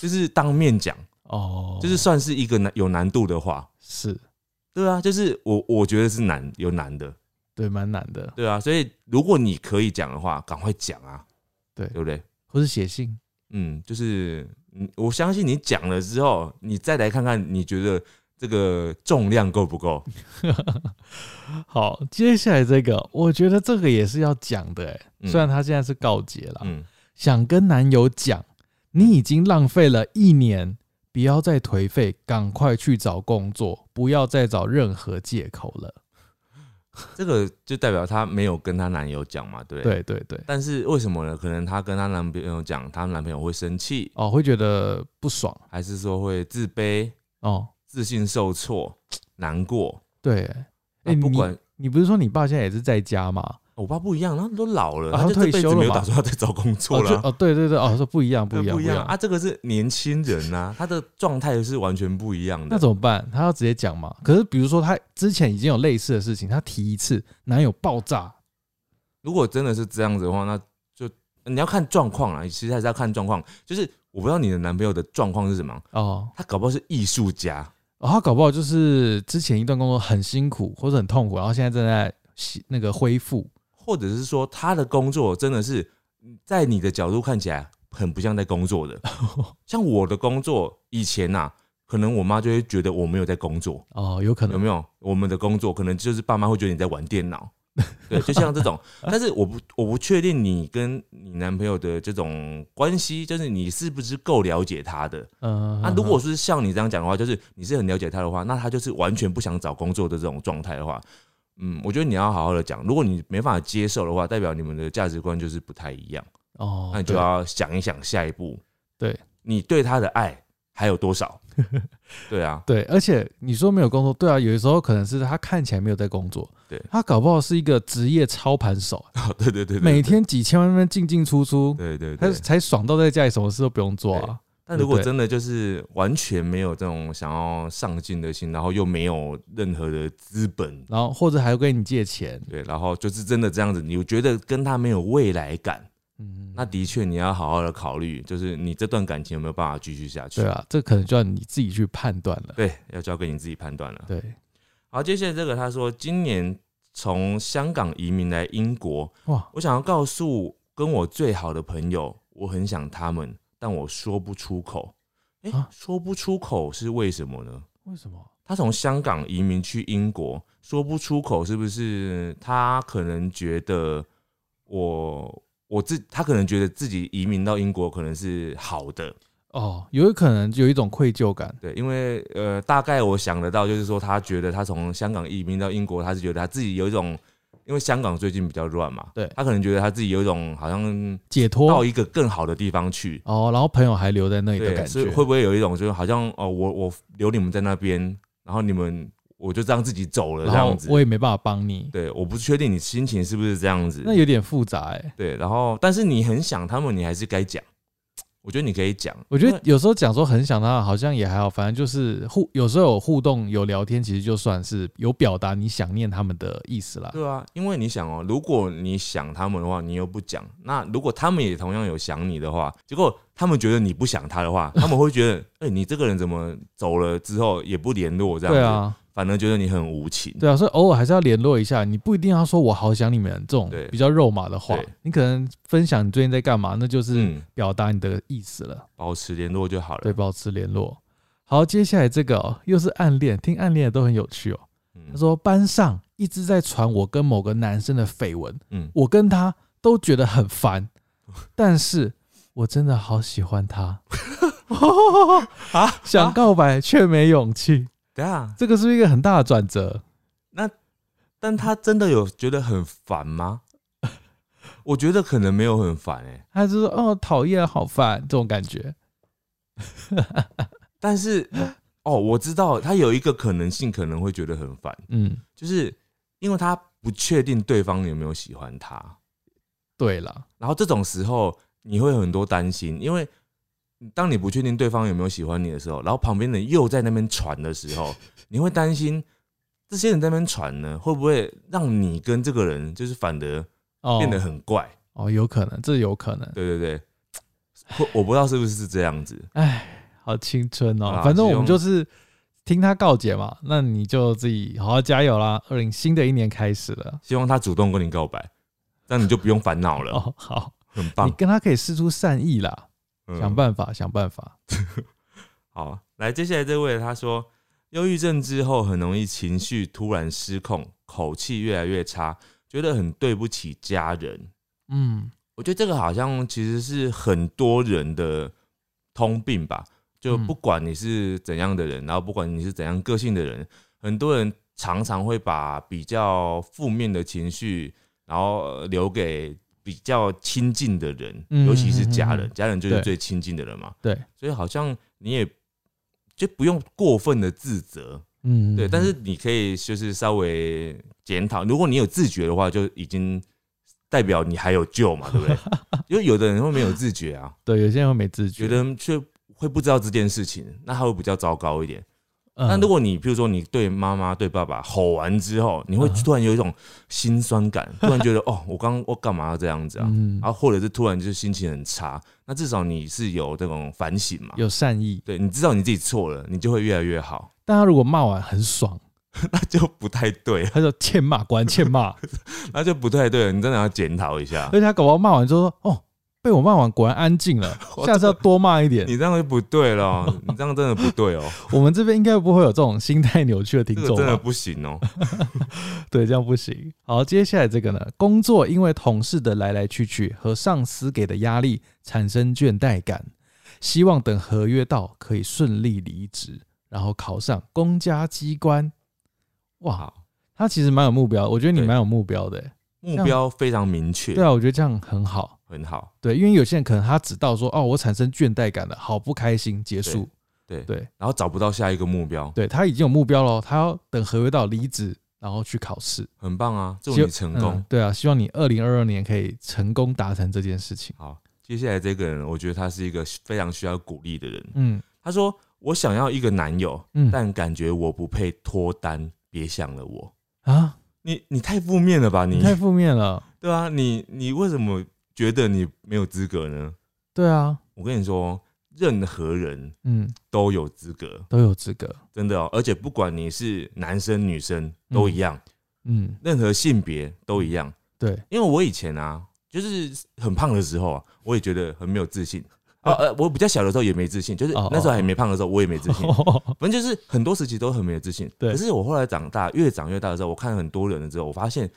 [SPEAKER 2] 就是当面讲，
[SPEAKER 1] 哦，
[SPEAKER 2] 就是算是一个难有难度的话，
[SPEAKER 1] 是
[SPEAKER 2] 对啊，就是我我觉得是难有难的，
[SPEAKER 1] 对，蛮难的，
[SPEAKER 2] 对啊，所以如果你可以讲的话，赶快讲啊，
[SPEAKER 1] 对
[SPEAKER 2] 对不对？
[SPEAKER 1] 或是写信，
[SPEAKER 2] 嗯，就是嗯，我相信你讲了之后，你再来看看，你觉得这个重量够不够？
[SPEAKER 1] 好，接下来这个，我觉得这个也是要讲的、欸，
[SPEAKER 2] 嗯
[SPEAKER 1] 虽然他现在是告解了，
[SPEAKER 2] 嗯，
[SPEAKER 1] 想跟男友讲，你已经浪费了一年，不要再颓废，赶快去找工作，不要再找任何借口了。
[SPEAKER 2] 这个就代表她没有跟她男友讲嘛，对不对？
[SPEAKER 1] 对对对，
[SPEAKER 2] 但是为什么呢？可能她跟她男朋友讲，她男朋友会生气，
[SPEAKER 1] 哦，会觉得不爽
[SPEAKER 2] 还是说会自卑、
[SPEAKER 1] 哦，
[SPEAKER 2] 自信受挫、难过？
[SPEAKER 1] 对、欸，
[SPEAKER 2] 那
[SPEAKER 1] 哎
[SPEAKER 2] 啊不管、哦
[SPEAKER 1] 你不是说你爸现在也是在家吗？
[SPEAKER 2] 我爸不一样，他都老了，
[SPEAKER 1] 啊
[SPEAKER 2] 他就
[SPEAKER 1] 他退
[SPEAKER 2] 这辈
[SPEAKER 1] 休
[SPEAKER 2] 子
[SPEAKER 1] 了
[SPEAKER 2] 没有
[SPEAKER 1] 嘛
[SPEAKER 2] 打算要再找工作
[SPEAKER 1] 哦
[SPEAKER 2] 了
[SPEAKER 1] 就
[SPEAKER 2] 啊。
[SPEAKER 1] 哦，对对对，哦，说不一样，不一样，
[SPEAKER 2] 不一样
[SPEAKER 1] 样
[SPEAKER 2] 啊！！这个是年轻人 呐、他的状态是完全不一样的。
[SPEAKER 1] 那怎么办？他要直接讲嘛？可是比如说他之前已经有类似的事情，他提一次，男友爆炸，
[SPEAKER 2] 如果真的是这样子的话，那就呃你要看状况啊，其实还是要看状况。就是我不知道你的男朋友的状况是什么，
[SPEAKER 1] 哦，
[SPEAKER 2] 他搞不好是艺术家，
[SPEAKER 1] 哦，他搞不好就是之前一段工作很辛苦或者很痛苦，然后现在正在洗那个恢复。
[SPEAKER 2] 或者是说他的工作真的是嗯在你的角度看起来很不像在 工作的。像我的工作以前呐、可能我妈就会觉得我没有在工作，
[SPEAKER 1] 哦，有可
[SPEAKER 2] 有
[SPEAKER 1] 能
[SPEAKER 2] 没有？我们的工作可能就是爸妈会觉得你在玩 电脑，对，就像这种。但是我不我不确定你跟你男朋友的这种关系，就是你是不是够了解他的。
[SPEAKER 1] 嗯，
[SPEAKER 2] 那、啊如果是像你这样讲的话，就是你是很了解他的话，那他就是完全不想找工作的这种状态的话，嗯，我觉得你要好好的讲。如果你没办法接受的话，代表你们的价值观就是不太一样，
[SPEAKER 1] 哦，
[SPEAKER 2] 那你就
[SPEAKER 1] 对
[SPEAKER 2] 要想一想下一步，
[SPEAKER 1] 对
[SPEAKER 2] 你对他的爱还有 多少？对啊，
[SPEAKER 1] 对，而且你说没有工作，对啊，有的时候可能是他看起来没有在工作，
[SPEAKER 2] 对
[SPEAKER 1] 他搞不好是一个职业操盘手，啊
[SPEAKER 2] 哦对对对对，
[SPEAKER 1] 每天几千万那边进进出出，
[SPEAKER 2] 对对
[SPEAKER 1] 他
[SPEAKER 2] 对。
[SPEAKER 1] 才爽到在家里什么事都不用做啊。
[SPEAKER 2] 但如果
[SPEAKER 1] 对
[SPEAKER 2] 真的就是完全没有这种想要上进的心，然后又没有任何的资本，
[SPEAKER 1] 然后或者还要跟你借钱，
[SPEAKER 2] 对，然后就是真的这样子，你觉得跟他没有未来感，
[SPEAKER 1] 嗯，
[SPEAKER 2] 那的确你要好好的考虑，就是你这段感情有没有办法继续下去。
[SPEAKER 1] 对啊，这可能就要你自己去判断了。
[SPEAKER 2] 对，要交给你自己判断了。
[SPEAKER 1] 对，
[SPEAKER 2] 好，接下来这个他说，今年从香港移民来英国，
[SPEAKER 1] 哇，
[SPEAKER 2] 我想要告诉跟我最好的朋友，我很想他们，但我说不出口。哎、
[SPEAKER 1] 啊
[SPEAKER 2] 说不出口是为什么呢？
[SPEAKER 1] 为什么？
[SPEAKER 2] 他从香港移民去英国，说不出口，是不是？他可能觉得我我自他可能觉得自己移民到英国可能是好的，
[SPEAKER 1] 哦，有可能有一种愧疚感，
[SPEAKER 2] 对，因为呃，大概我想得到，就是说他觉得他从香港移民到英国，他是觉得他自己有一种，因为香港最近比较乱嘛，
[SPEAKER 1] 对
[SPEAKER 2] 他可能觉得他自己有一种好像
[SPEAKER 1] 解脱
[SPEAKER 2] 到一个更好的地方去，
[SPEAKER 1] 哦，然后朋友还留在那里的
[SPEAKER 2] 对，
[SPEAKER 1] 感
[SPEAKER 2] 所
[SPEAKER 1] 觉，
[SPEAKER 2] 以会不会有一种就是好像哦，我我留你们在那边，然后你们我就这样自己走了这
[SPEAKER 1] 然后
[SPEAKER 2] 样子，
[SPEAKER 1] 我也没办法帮你，
[SPEAKER 2] 对，我不确定你心情是不是这样子，
[SPEAKER 1] 那有点复杂哎、
[SPEAKER 2] 对，然后但是你很想他们，你还是该讲，我觉得你可以讲，
[SPEAKER 1] 我觉
[SPEAKER 2] 因
[SPEAKER 1] 得
[SPEAKER 2] 为
[SPEAKER 1] 有时候讲说很想他，好像也还好，反正就是互有时候有互动有聊天，其实就算是有表达你想念他们的意思啦。
[SPEAKER 2] 对啊，因为你想哦，如果你想他们的话，你又不讲，那如果他们也同样有想你的话，结果他们觉得你不想他 的话，他们会觉得，哎、你这个人怎么走了之后也不联络这样子，
[SPEAKER 1] 对啊，
[SPEAKER 2] 反而觉得你很无情。
[SPEAKER 1] 对啊，所以偶尔还是要联络一下，你不一定要说我好想你们这种
[SPEAKER 2] 对
[SPEAKER 1] 比较肉麻的话
[SPEAKER 2] 对，
[SPEAKER 1] 你可能分享你最近在干嘛，那就是
[SPEAKER 2] 嗯，
[SPEAKER 1] 表达你的意思了，
[SPEAKER 2] 保持联络就好了。
[SPEAKER 1] 对，保持联络。好，接下来这个、哦、又是暗恋，听暗恋的都很有趣哦。
[SPEAKER 2] 嗯
[SPEAKER 1] 他，说班上一直在传我跟某个男生的绯闻，
[SPEAKER 2] 嗯，
[SPEAKER 1] 我跟他都觉得很 烦，但是我真的好喜欢 他啊，想告白却没勇气，
[SPEAKER 2] 对啊，
[SPEAKER 1] 这个是不是一个很大的转折。
[SPEAKER 2] 但他真的有觉得很烦吗？ 我觉得可能没有很烦哎、
[SPEAKER 1] 他就说：“哦，讨厌，好烦，这种感觉。
[SPEAKER 2] 但 是哦，我知道他有一个可能性可能会觉得很烦，”
[SPEAKER 1] 嗯，
[SPEAKER 2] 就是因为他不确定对方有没有喜欢他，
[SPEAKER 1] 对了，
[SPEAKER 2] 然后这种时候你会有很多担心，因为当你不确定对方有没有喜欢你的时候，然后旁边人又在那边传的时候，你会担心这些人在那边传呢，会不会让你跟这个人就是反而
[SPEAKER 1] 哦，
[SPEAKER 2] 变得很怪？
[SPEAKER 1] 哦，有可能，这有可能。
[SPEAKER 2] 对对对，我我不知道是不是是这样子。
[SPEAKER 1] 哎，好青春哦
[SPEAKER 2] 好。啦
[SPEAKER 1] 反正
[SPEAKER 2] 希
[SPEAKER 1] 我
[SPEAKER 2] 望
[SPEAKER 1] 们就是听他告解嘛，那你就自己好好加油啦。二零新的一年开始了，
[SPEAKER 2] 希望他主动跟你告白，这样你就不用烦恼了，
[SPEAKER 1] 哦，好，
[SPEAKER 2] 很
[SPEAKER 1] 你
[SPEAKER 2] 棒。
[SPEAKER 1] 跟他可以试出善意啦，
[SPEAKER 2] 嗯
[SPEAKER 1] 想办法，想办法。
[SPEAKER 2] 好，来，接下来这位他说，忧郁症之后很容易情绪突然失控，口气越来越差，觉得很对不起家人。
[SPEAKER 1] 嗯，
[SPEAKER 2] 我觉得这个好像其实是很多人的通病吧，就
[SPEAKER 1] 嗯
[SPEAKER 2] 不管你是怎样的人，然后不管你是怎样个性的人，很多人常常会把比较负面的情绪，然后呃留给比较亲近的人，
[SPEAKER 1] 嗯
[SPEAKER 2] 尤其是家
[SPEAKER 1] 嗯
[SPEAKER 2] 人
[SPEAKER 1] 嗯，
[SPEAKER 2] 家人就是
[SPEAKER 1] 对
[SPEAKER 2] 最亲近的人嘛。
[SPEAKER 1] 对，
[SPEAKER 2] 所以好像你也就不用过分的自责，
[SPEAKER 1] 嗯，
[SPEAKER 2] 对，但是你可以就是稍微检讨，如果你有自觉的话，就已经代表你还有救嘛，对不对？因为有的人会没有自觉啊，
[SPEAKER 1] 对有些人会没自觉，
[SPEAKER 2] 觉得却会不知道这件事情，那他会比较糟糕一点。
[SPEAKER 1] 嗯，
[SPEAKER 2] 那如果你比如说你对妈妈对爸爸吼完之后，你会
[SPEAKER 1] 嗯
[SPEAKER 2] 突然有一种心酸感，突然觉得 哦，我刚我干嘛要这样子啊？
[SPEAKER 1] 嗯
[SPEAKER 2] 然后或者是突然就是心情很差，那至少你是有这种反省嘛。
[SPEAKER 1] 有善意，
[SPEAKER 2] 对，你知道你自己错了，你就会越来越好，
[SPEAKER 1] 但他如果骂完很爽，
[SPEAKER 2] 那就不太对了
[SPEAKER 1] 他就欠骂，果然欠 骂，
[SPEAKER 2] 那就不太对了，你真的要检讨一下
[SPEAKER 1] 而，且他搞不好骂完之后说，哦，被我骂完果然安 静了，下次要多骂一点。
[SPEAKER 2] 你这样就不对 了哦，你这样真的不对哦，
[SPEAKER 1] 我们这边应该不会有这种心态扭曲的听
[SPEAKER 2] 这个
[SPEAKER 1] 众
[SPEAKER 2] 真的
[SPEAKER 1] 吧？
[SPEAKER 2] 不行哦。
[SPEAKER 1] 对，这样不行。好，接下来这个呢，工作因为同事的来来去去和上司给的压力产生倦怠感，希望等合约到可以顺利离职，然后考上公家机关。哇，
[SPEAKER 2] 好，
[SPEAKER 1] 他其实蛮有目标，我觉得你
[SPEAKER 2] 对
[SPEAKER 1] 蛮有目标的欸、
[SPEAKER 2] 目标非常明确，
[SPEAKER 1] 对啊，我觉得这样很好。
[SPEAKER 2] 很好。
[SPEAKER 1] 对，因为有些人可能他只到说哦，我产生倦怠感了，好不开心，结束。
[SPEAKER 2] 对
[SPEAKER 1] 对
[SPEAKER 2] 然后找不到下一个目标，
[SPEAKER 1] 对，他已经有目标了，哦他要等合约到离职，然后去考试。
[SPEAKER 2] 很棒啊，祝
[SPEAKER 1] 希
[SPEAKER 2] 你成功
[SPEAKER 1] 嗯。对啊，希望你二零二二年可以成功达成这件事情。
[SPEAKER 2] 好，接下来这个人，我觉得他是一个非常需要鼓励的人。
[SPEAKER 1] 嗯
[SPEAKER 2] 他说：“我想要一个男友，
[SPEAKER 1] 嗯
[SPEAKER 2] 但感觉我不配脱单，别想了我。
[SPEAKER 1] 啊，
[SPEAKER 2] 你”你太负面了吧？
[SPEAKER 1] 你
[SPEAKER 2] 你
[SPEAKER 1] 太负面了。
[SPEAKER 2] 对啊，你你为什么觉得你没有资格呢？
[SPEAKER 1] 对啊，
[SPEAKER 2] 我跟你说，任何人
[SPEAKER 1] 嗯，
[SPEAKER 2] 都有资格，
[SPEAKER 1] 都有资格。
[SPEAKER 2] 真的哦。而且不管你是男生女生都一样，
[SPEAKER 1] 嗯，
[SPEAKER 2] 任何性别都一样。
[SPEAKER 1] 对，
[SPEAKER 2] 因为我以前啊，就是很胖的时候啊，我也觉得很没有自信。哦呃，我比较小的时候也没自信，就是
[SPEAKER 1] 哦哦哦
[SPEAKER 2] 那时候还没胖的时候，我也没自 信。反正就是很多时期都很没有自信。
[SPEAKER 1] 对
[SPEAKER 2] 可是我后来长大，越长越大的时候，我看很多人的时候，我发现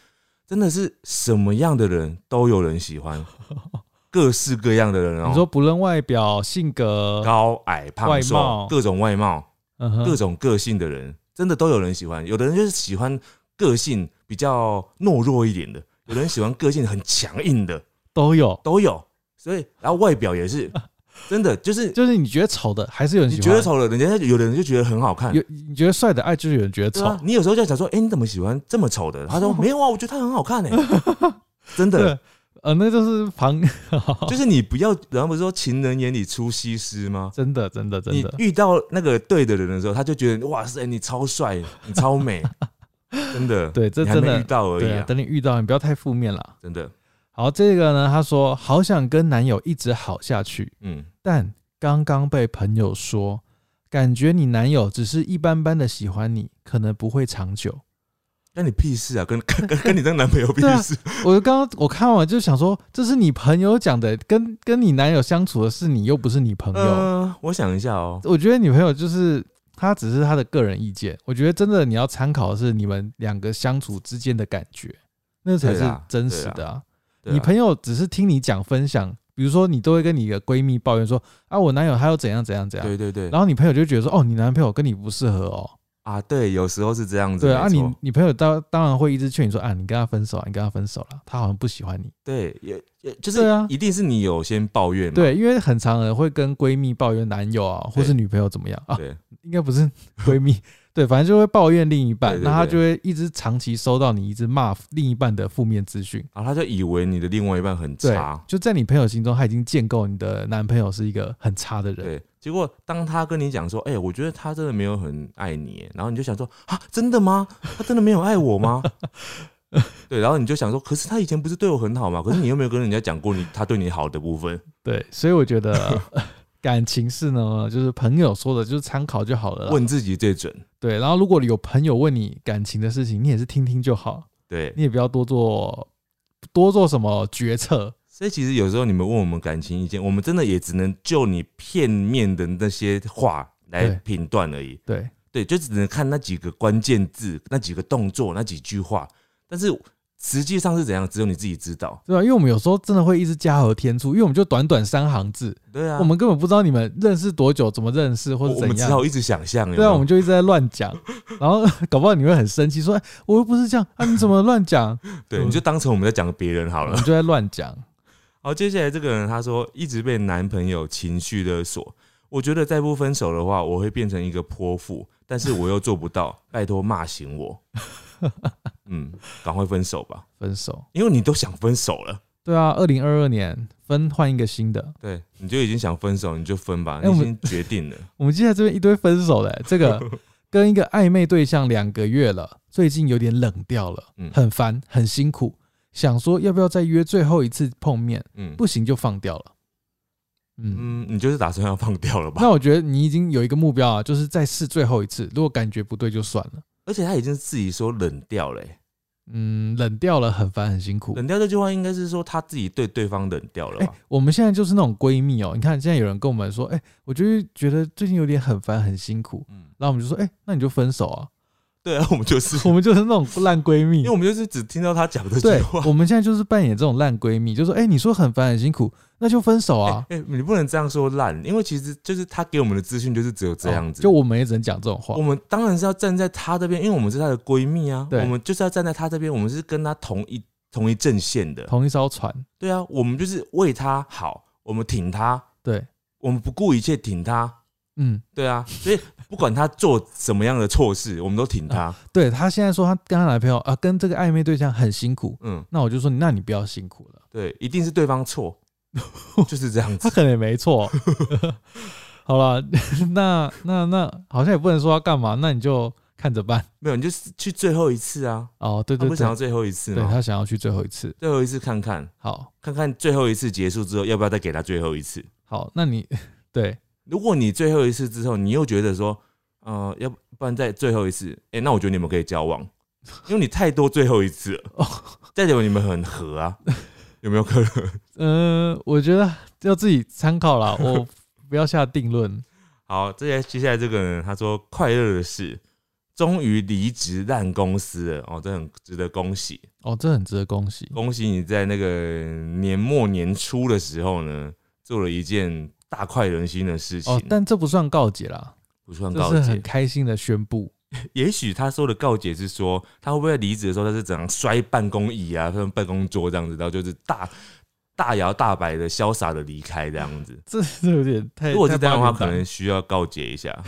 [SPEAKER 2] 真的是什么样的人都有人 喜欢，各式各样的人哦。
[SPEAKER 1] 你说不论外表、性格，
[SPEAKER 2] 高矮胖
[SPEAKER 1] 外貌
[SPEAKER 2] 瘦，各种外貌，
[SPEAKER 1] 嗯哼
[SPEAKER 2] 各种个性的人，真的都有人喜欢。有的人就是喜欢个性比较懦弱一点的，有的人喜欢个性很强硬的，
[SPEAKER 1] 都有。
[SPEAKER 2] 都有。所以，然后外表也是 真的，就是
[SPEAKER 1] 就是你觉得丑的，还是有人
[SPEAKER 2] 你
[SPEAKER 1] 喜
[SPEAKER 2] 觉
[SPEAKER 1] 欢
[SPEAKER 2] 得；丑了，人家有的人就觉得很好看。
[SPEAKER 1] 有你觉得帅的，爱就是有人觉得
[SPEAKER 2] 对
[SPEAKER 1] 丑。
[SPEAKER 2] 啊，你有时候就想说，哎，你怎么喜欢这么 丑的？他说没有啊，我觉得他很好看哎， 真的
[SPEAKER 1] 对。 呃，那就是旁，？
[SPEAKER 2] 就是你不要，人家不是说情人眼里出西施吗
[SPEAKER 1] 真的，真的，真
[SPEAKER 2] 你
[SPEAKER 1] 的，
[SPEAKER 2] 遇到那个对的人的时候，他就觉得哇塞，你超帅，你超美，真的。
[SPEAKER 1] 对这
[SPEAKER 2] 你还
[SPEAKER 1] 真的
[SPEAKER 2] 没遇到而已
[SPEAKER 1] 对啊。
[SPEAKER 2] 啊，
[SPEAKER 1] 等你遇到，你不要太负面了。
[SPEAKER 2] 真的。
[SPEAKER 1] 好，这个呢，她说好想跟男友一直好下去，
[SPEAKER 2] 嗯，
[SPEAKER 1] 但刚刚被朋友说，感觉你男友只是一般般的喜欢你，可能不会长久。
[SPEAKER 2] 那你屁事啊？跟 跟跟跟你当男朋友屁
[SPEAKER 1] 对啊
[SPEAKER 2] 事？
[SPEAKER 1] 我就刚刚我看完就想说，这是你朋友讲的，跟跟你男友相处的是你，又不是你朋友。
[SPEAKER 2] 呃，我想一下哦。
[SPEAKER 1] 我觉得女朋友就是她，只是她的个人意见。我觉得真的你要参考的是你们两个相处之间的感觉，那才
[SPEAKER 2] 对
[SPEAKER 1] 是
[SPEAKER 2] 啦
[SPEAKER 1] 真实的啊。
[SPEAKER 2] 对啊
[SPEAKER 1] 你朋友只是听你讲分享，比如说你都会跟你的闺蜜抱怨说啊，我男友他又怎样怎样怎样，
[SPEAKER 2] 对对对
[SPEAKER 1] 啊然后你朋友就觉得说哦，你男朋友跟你不适合哦，
[SPEAKER 2] 啊，对，有时候是这样子。
[SPEAKER 1] 对啊，啊
[SPEAKER 2] 没
[SPEAKER 1] 你
[SPEAKER 2] 错
[SPEAKER 1] 你朋友当当然会一直劝你说啊，你跟他分手啊，你跟他分手了，他好像不喜欢你。
[SPEAKER 2] 对也也就是
[SPEAKER 1] 对啊
[SPEAKER 2] 一定是你有先抱怨嘛。
[SPEAKER 1] 对，因为很常人呃会跟闺蜜抱怨男友啊，或是
[SPEAKER 2] 嗯对
[SPEAKER 1] 女朋友怎么样 啊，
[SPEAKER 2] 对
[SPEAKER 1] 应该不是闺蜜， 对，反正就会抱怨另一半，
[SPEAKER 2] 对对
[SPEAKER 1] 那他
[SPEAKER 2] 对
[SPEAKER 1] 就会一直长期收到你一直骂另一半的负面资讯。
[SPEAKER 2] 然后他就以为你的另外一半很
[SPEAKER 1] 对
[SPEAKER 2] 差，。
[SPEAKER 1] 就在你朋友心中，他已经建构你的男朋友是一个很差的人。
[SPEAKER 2] 对，结果当他跟你讲说：“哎、我觉得他真的没有很爱你耶。”然后你就想说：“啊，真的吗？他真的没有爱 我吗？”对，然后你就想说：“可是他以前不是对我很好吗？可是你又没有跟人家讲过你他对你好的部分。
[SPEAKER 1] 对，所以我觉得。 感情事呢，就是朋友说的，就是参考就好了啦。
[SPEAKER 2] 问自己最准。
[SPEAKER 1] 对，然后如果有朋友问你感情的事情，你也是听听就好，
[SPEAKER 2] 对，
[SPEAKER 1] 你也不要多做多做什么决策。
[SPEAKER 2] 所以其实有时候你们问我们感情意见，我们真的也只能就你片面的那些话来
[SPEAKER 1] 对
[SPEAKER 2] 评断而已。
[SPEAKER 1] 对，
[SPEAKER 2] 对，就只能看那几个关键字、那几个动作、那几句话，但是实际上是怎样，只有你自己知道。
[SPEAKER 1] 对吧？啊因为我们有时候真的会一直加和添醋，因为我们就短短三行字，
[SPEAKER 2] 对啊，
[SPEAKER 1] 我们根本不知道你们认识多久，怎么认识或
[SPEAKER 2] 我
[SPEAKER 1] 者
[SPEAKER 2] 我
[SPEAKER 1] 怎
[SPEAKER 2] 们只
[SPEAKER 1] 样。
[SPEAKER 2] 好一直想象。有没
[SPEAKER 1] 对啊，
[SPEAKER 2] 有
[SPEAKER 1] 我们就一直在乱讲，然后 搞不好你会很生气，说：“哎，我又不是这样啊，你怎么乱 讲
[SPEAKER 2] 对，你就当成我们在讲别人？”好
[SPEAKER 1] 我
[SPEAKER 2] 了
[SPEAKER 1] 们。就在乱讲。
[SPEAKER 2] 好，接下来这个人他说一直被男朋友情绪勒索，我觉得再不分手的话，我会变成一个泼妇，但是我又做不到， 拜托骂醒我。嗯，赶快分手吧，
[SPEAKER 1] 分手。
[SPEAKER 2] 因为你都想分手了，
[SPEAKER 1] 对啊，二零二二年分换一个新的。
[SPEAKER 2] 对，你就已经想分手，你就分吧，
[SPEAKER 1] 哎
[SPEAKER 2] 你已
[SPEAKER 1] 我们
[SPEAKER 2] 经决定了。
[SPEAKER 1] 我们现在这边一堆分手的、 这个跟一个暧昧对象两个月了，最近有点冷掉了
[SPEAKER 2] 嗯，
[SPEAKER 1] 很烦，很辛苦，想说要不要再约最后一次碰面，
[SPEAKER 2] 嗯
[SPEAKER 1] 不行就放掉了。嗯，
[SPEAKER 2] 嗯，你就是打算要放掉了吧
[SPEAKER 1] 那？我觉得你已经有一个目标啊，就是再试最后一次，如果感觉不对就算了。
[SPEAKER 2] 而且他已经自己说冷掉了、欸
[SPEAKER 1] 嗯，冷掉了很烦很辛苦。
[SPEAKER 2] 冷掉这句话应该是说他自己对对方冷掉了
[SPEAKER 1] 哎、
[SPEAKER 2] 吧？
[SPEAKER 1] 我们现在就是那种闺蜜哦、你看现在有人跟我们说，哎、我就是觉得最近有点很烦很辛苦，
[SPEAKER 2] 嗯，
[SPEAKER 1] 然后我们就说，哎、那你就分手啊。
[SPEAKER 2] 对啊，我们就是，
[SPEAKER 1] 我们就是那种烂闺蜜
[SPEAKER 2] 因为，我们就是只听到他讲这
[SPEAKER 1] 对
[SPEAKER 2] 句话，。
[SPEAKER 1] 我们现在就是扮演这种烂闺蜜，就说，哎、你说很烦很辛苦，那就分手啊。
[SPEAKER 2] 哎、欸你不能这样说烂，因为其实就是他给我们的资讯就是只 有这样
[SPEAKER 1] 哦
[SPEAKER 2] 子。
[SPEAKER 1] 就哎我啊们也只能讲这种话
[SPEAKER 2] 我。们当然是要站在他这边，因为我们是他的闺蜜啊，
[SPEAKER 1] 对
[SPEAKER 2] 我们就是要站在他这边，我们是跟他同一同一阵线的。
[SPEAKER 1] 同一艘船，
[SPEAKER 2] 对啊，我们就是为他好，我们挺他，
[SPEAKER 1] 对，
[SPEAKER 2] 我们不顾一切挺他。
[SPEAKER 1] 嗯，
[SPEAKER 2] 对啊，所以不管他做什么样的错事， 我们都挺他。
[SPEAKER 1] 对她现在说她跟她男朋友啊，跟这个暧昧对象很辛苦，
[SPEAKER 2] 嗯，
[SPEAKER 1] 那我就说，那你不要辛苦了，
[SPEAKER 2] 对，一定是对 方错，就是这样
[SPEAKER 1] 她
[SPEAKER 2] 子。
[SPEAKER 1] 可能也没错。 好了， 那那那好像也不能说要干嘛，那你就看着办。
[SPEAKER 2] 没有，你就是去最后一次啊，
[SPEAKER 1] 哦，对
[SPEAKER 2] 他
[SPEAKER 1] 对
[SPEAKER 2] 不想要
[SPEAKER 1] 对，
[SPEAKER 2] 最后一次
[SPEAKER 1] 对
[SPEAKER 2] 吗？
[SPEAKER 1] 她想要去最后一次。
[SPEAKER 2] 最后一次看看，
[SPEAKER 1] 好，
[SPEAKER 2] 看看最后一次结束之后，要不要再给他最后一次？
[SPEAKER 1] 好，那你 对
[SPEAKER 2] 如果你最后一次之后，你又觉得说，呃，要不然再最后一次，哎、那我觉得你们可以交往， 因为你太多最后一次了，
[SPEAKER 1] 哦，
[SPEAKER 2] 代表你们很合啊，有没有可能？
[SPEAKER 1] 嗯，我觉得要自己参考啦，我不要下定论。
[SPEAKER 2] 好，接下来接下来这个人他说快乐的事，终于离职烂公司了，哦，这很值得恭喜，
[SPEAKER 1] 哦，这很值得恭喜。
[SPEAKER 2] 恭喜你在那个年末年初的时候呢，做了一件大快人心的事情，
[SPEAKER 1] 哦，但这不算告解啦，
[SPEAKER 2] 不算
[SPEAKER 1] 这
[SPEAKER 2] 告
[SPEAKER 1] 是
[SPEAKER 2] 诫
[SPEAKER 1] 很，开心的宣布。
[SPEAKER 2] 也许他说的告解是说，他会不会在离职的时候，他是怎样摔办公椅啊，或办公桌这样子，然后就是大大摇大摆的、潇洒的离开这样子。
[SPEAKER 1] 这这有点太……
[SPEAKER 2] 如果是这样的话，
[SPEAKER 1] 太八
[SPEAKER 2] 可
[SPEAKER 1] 点档
[SPEAKER 2] 能需要告解一下。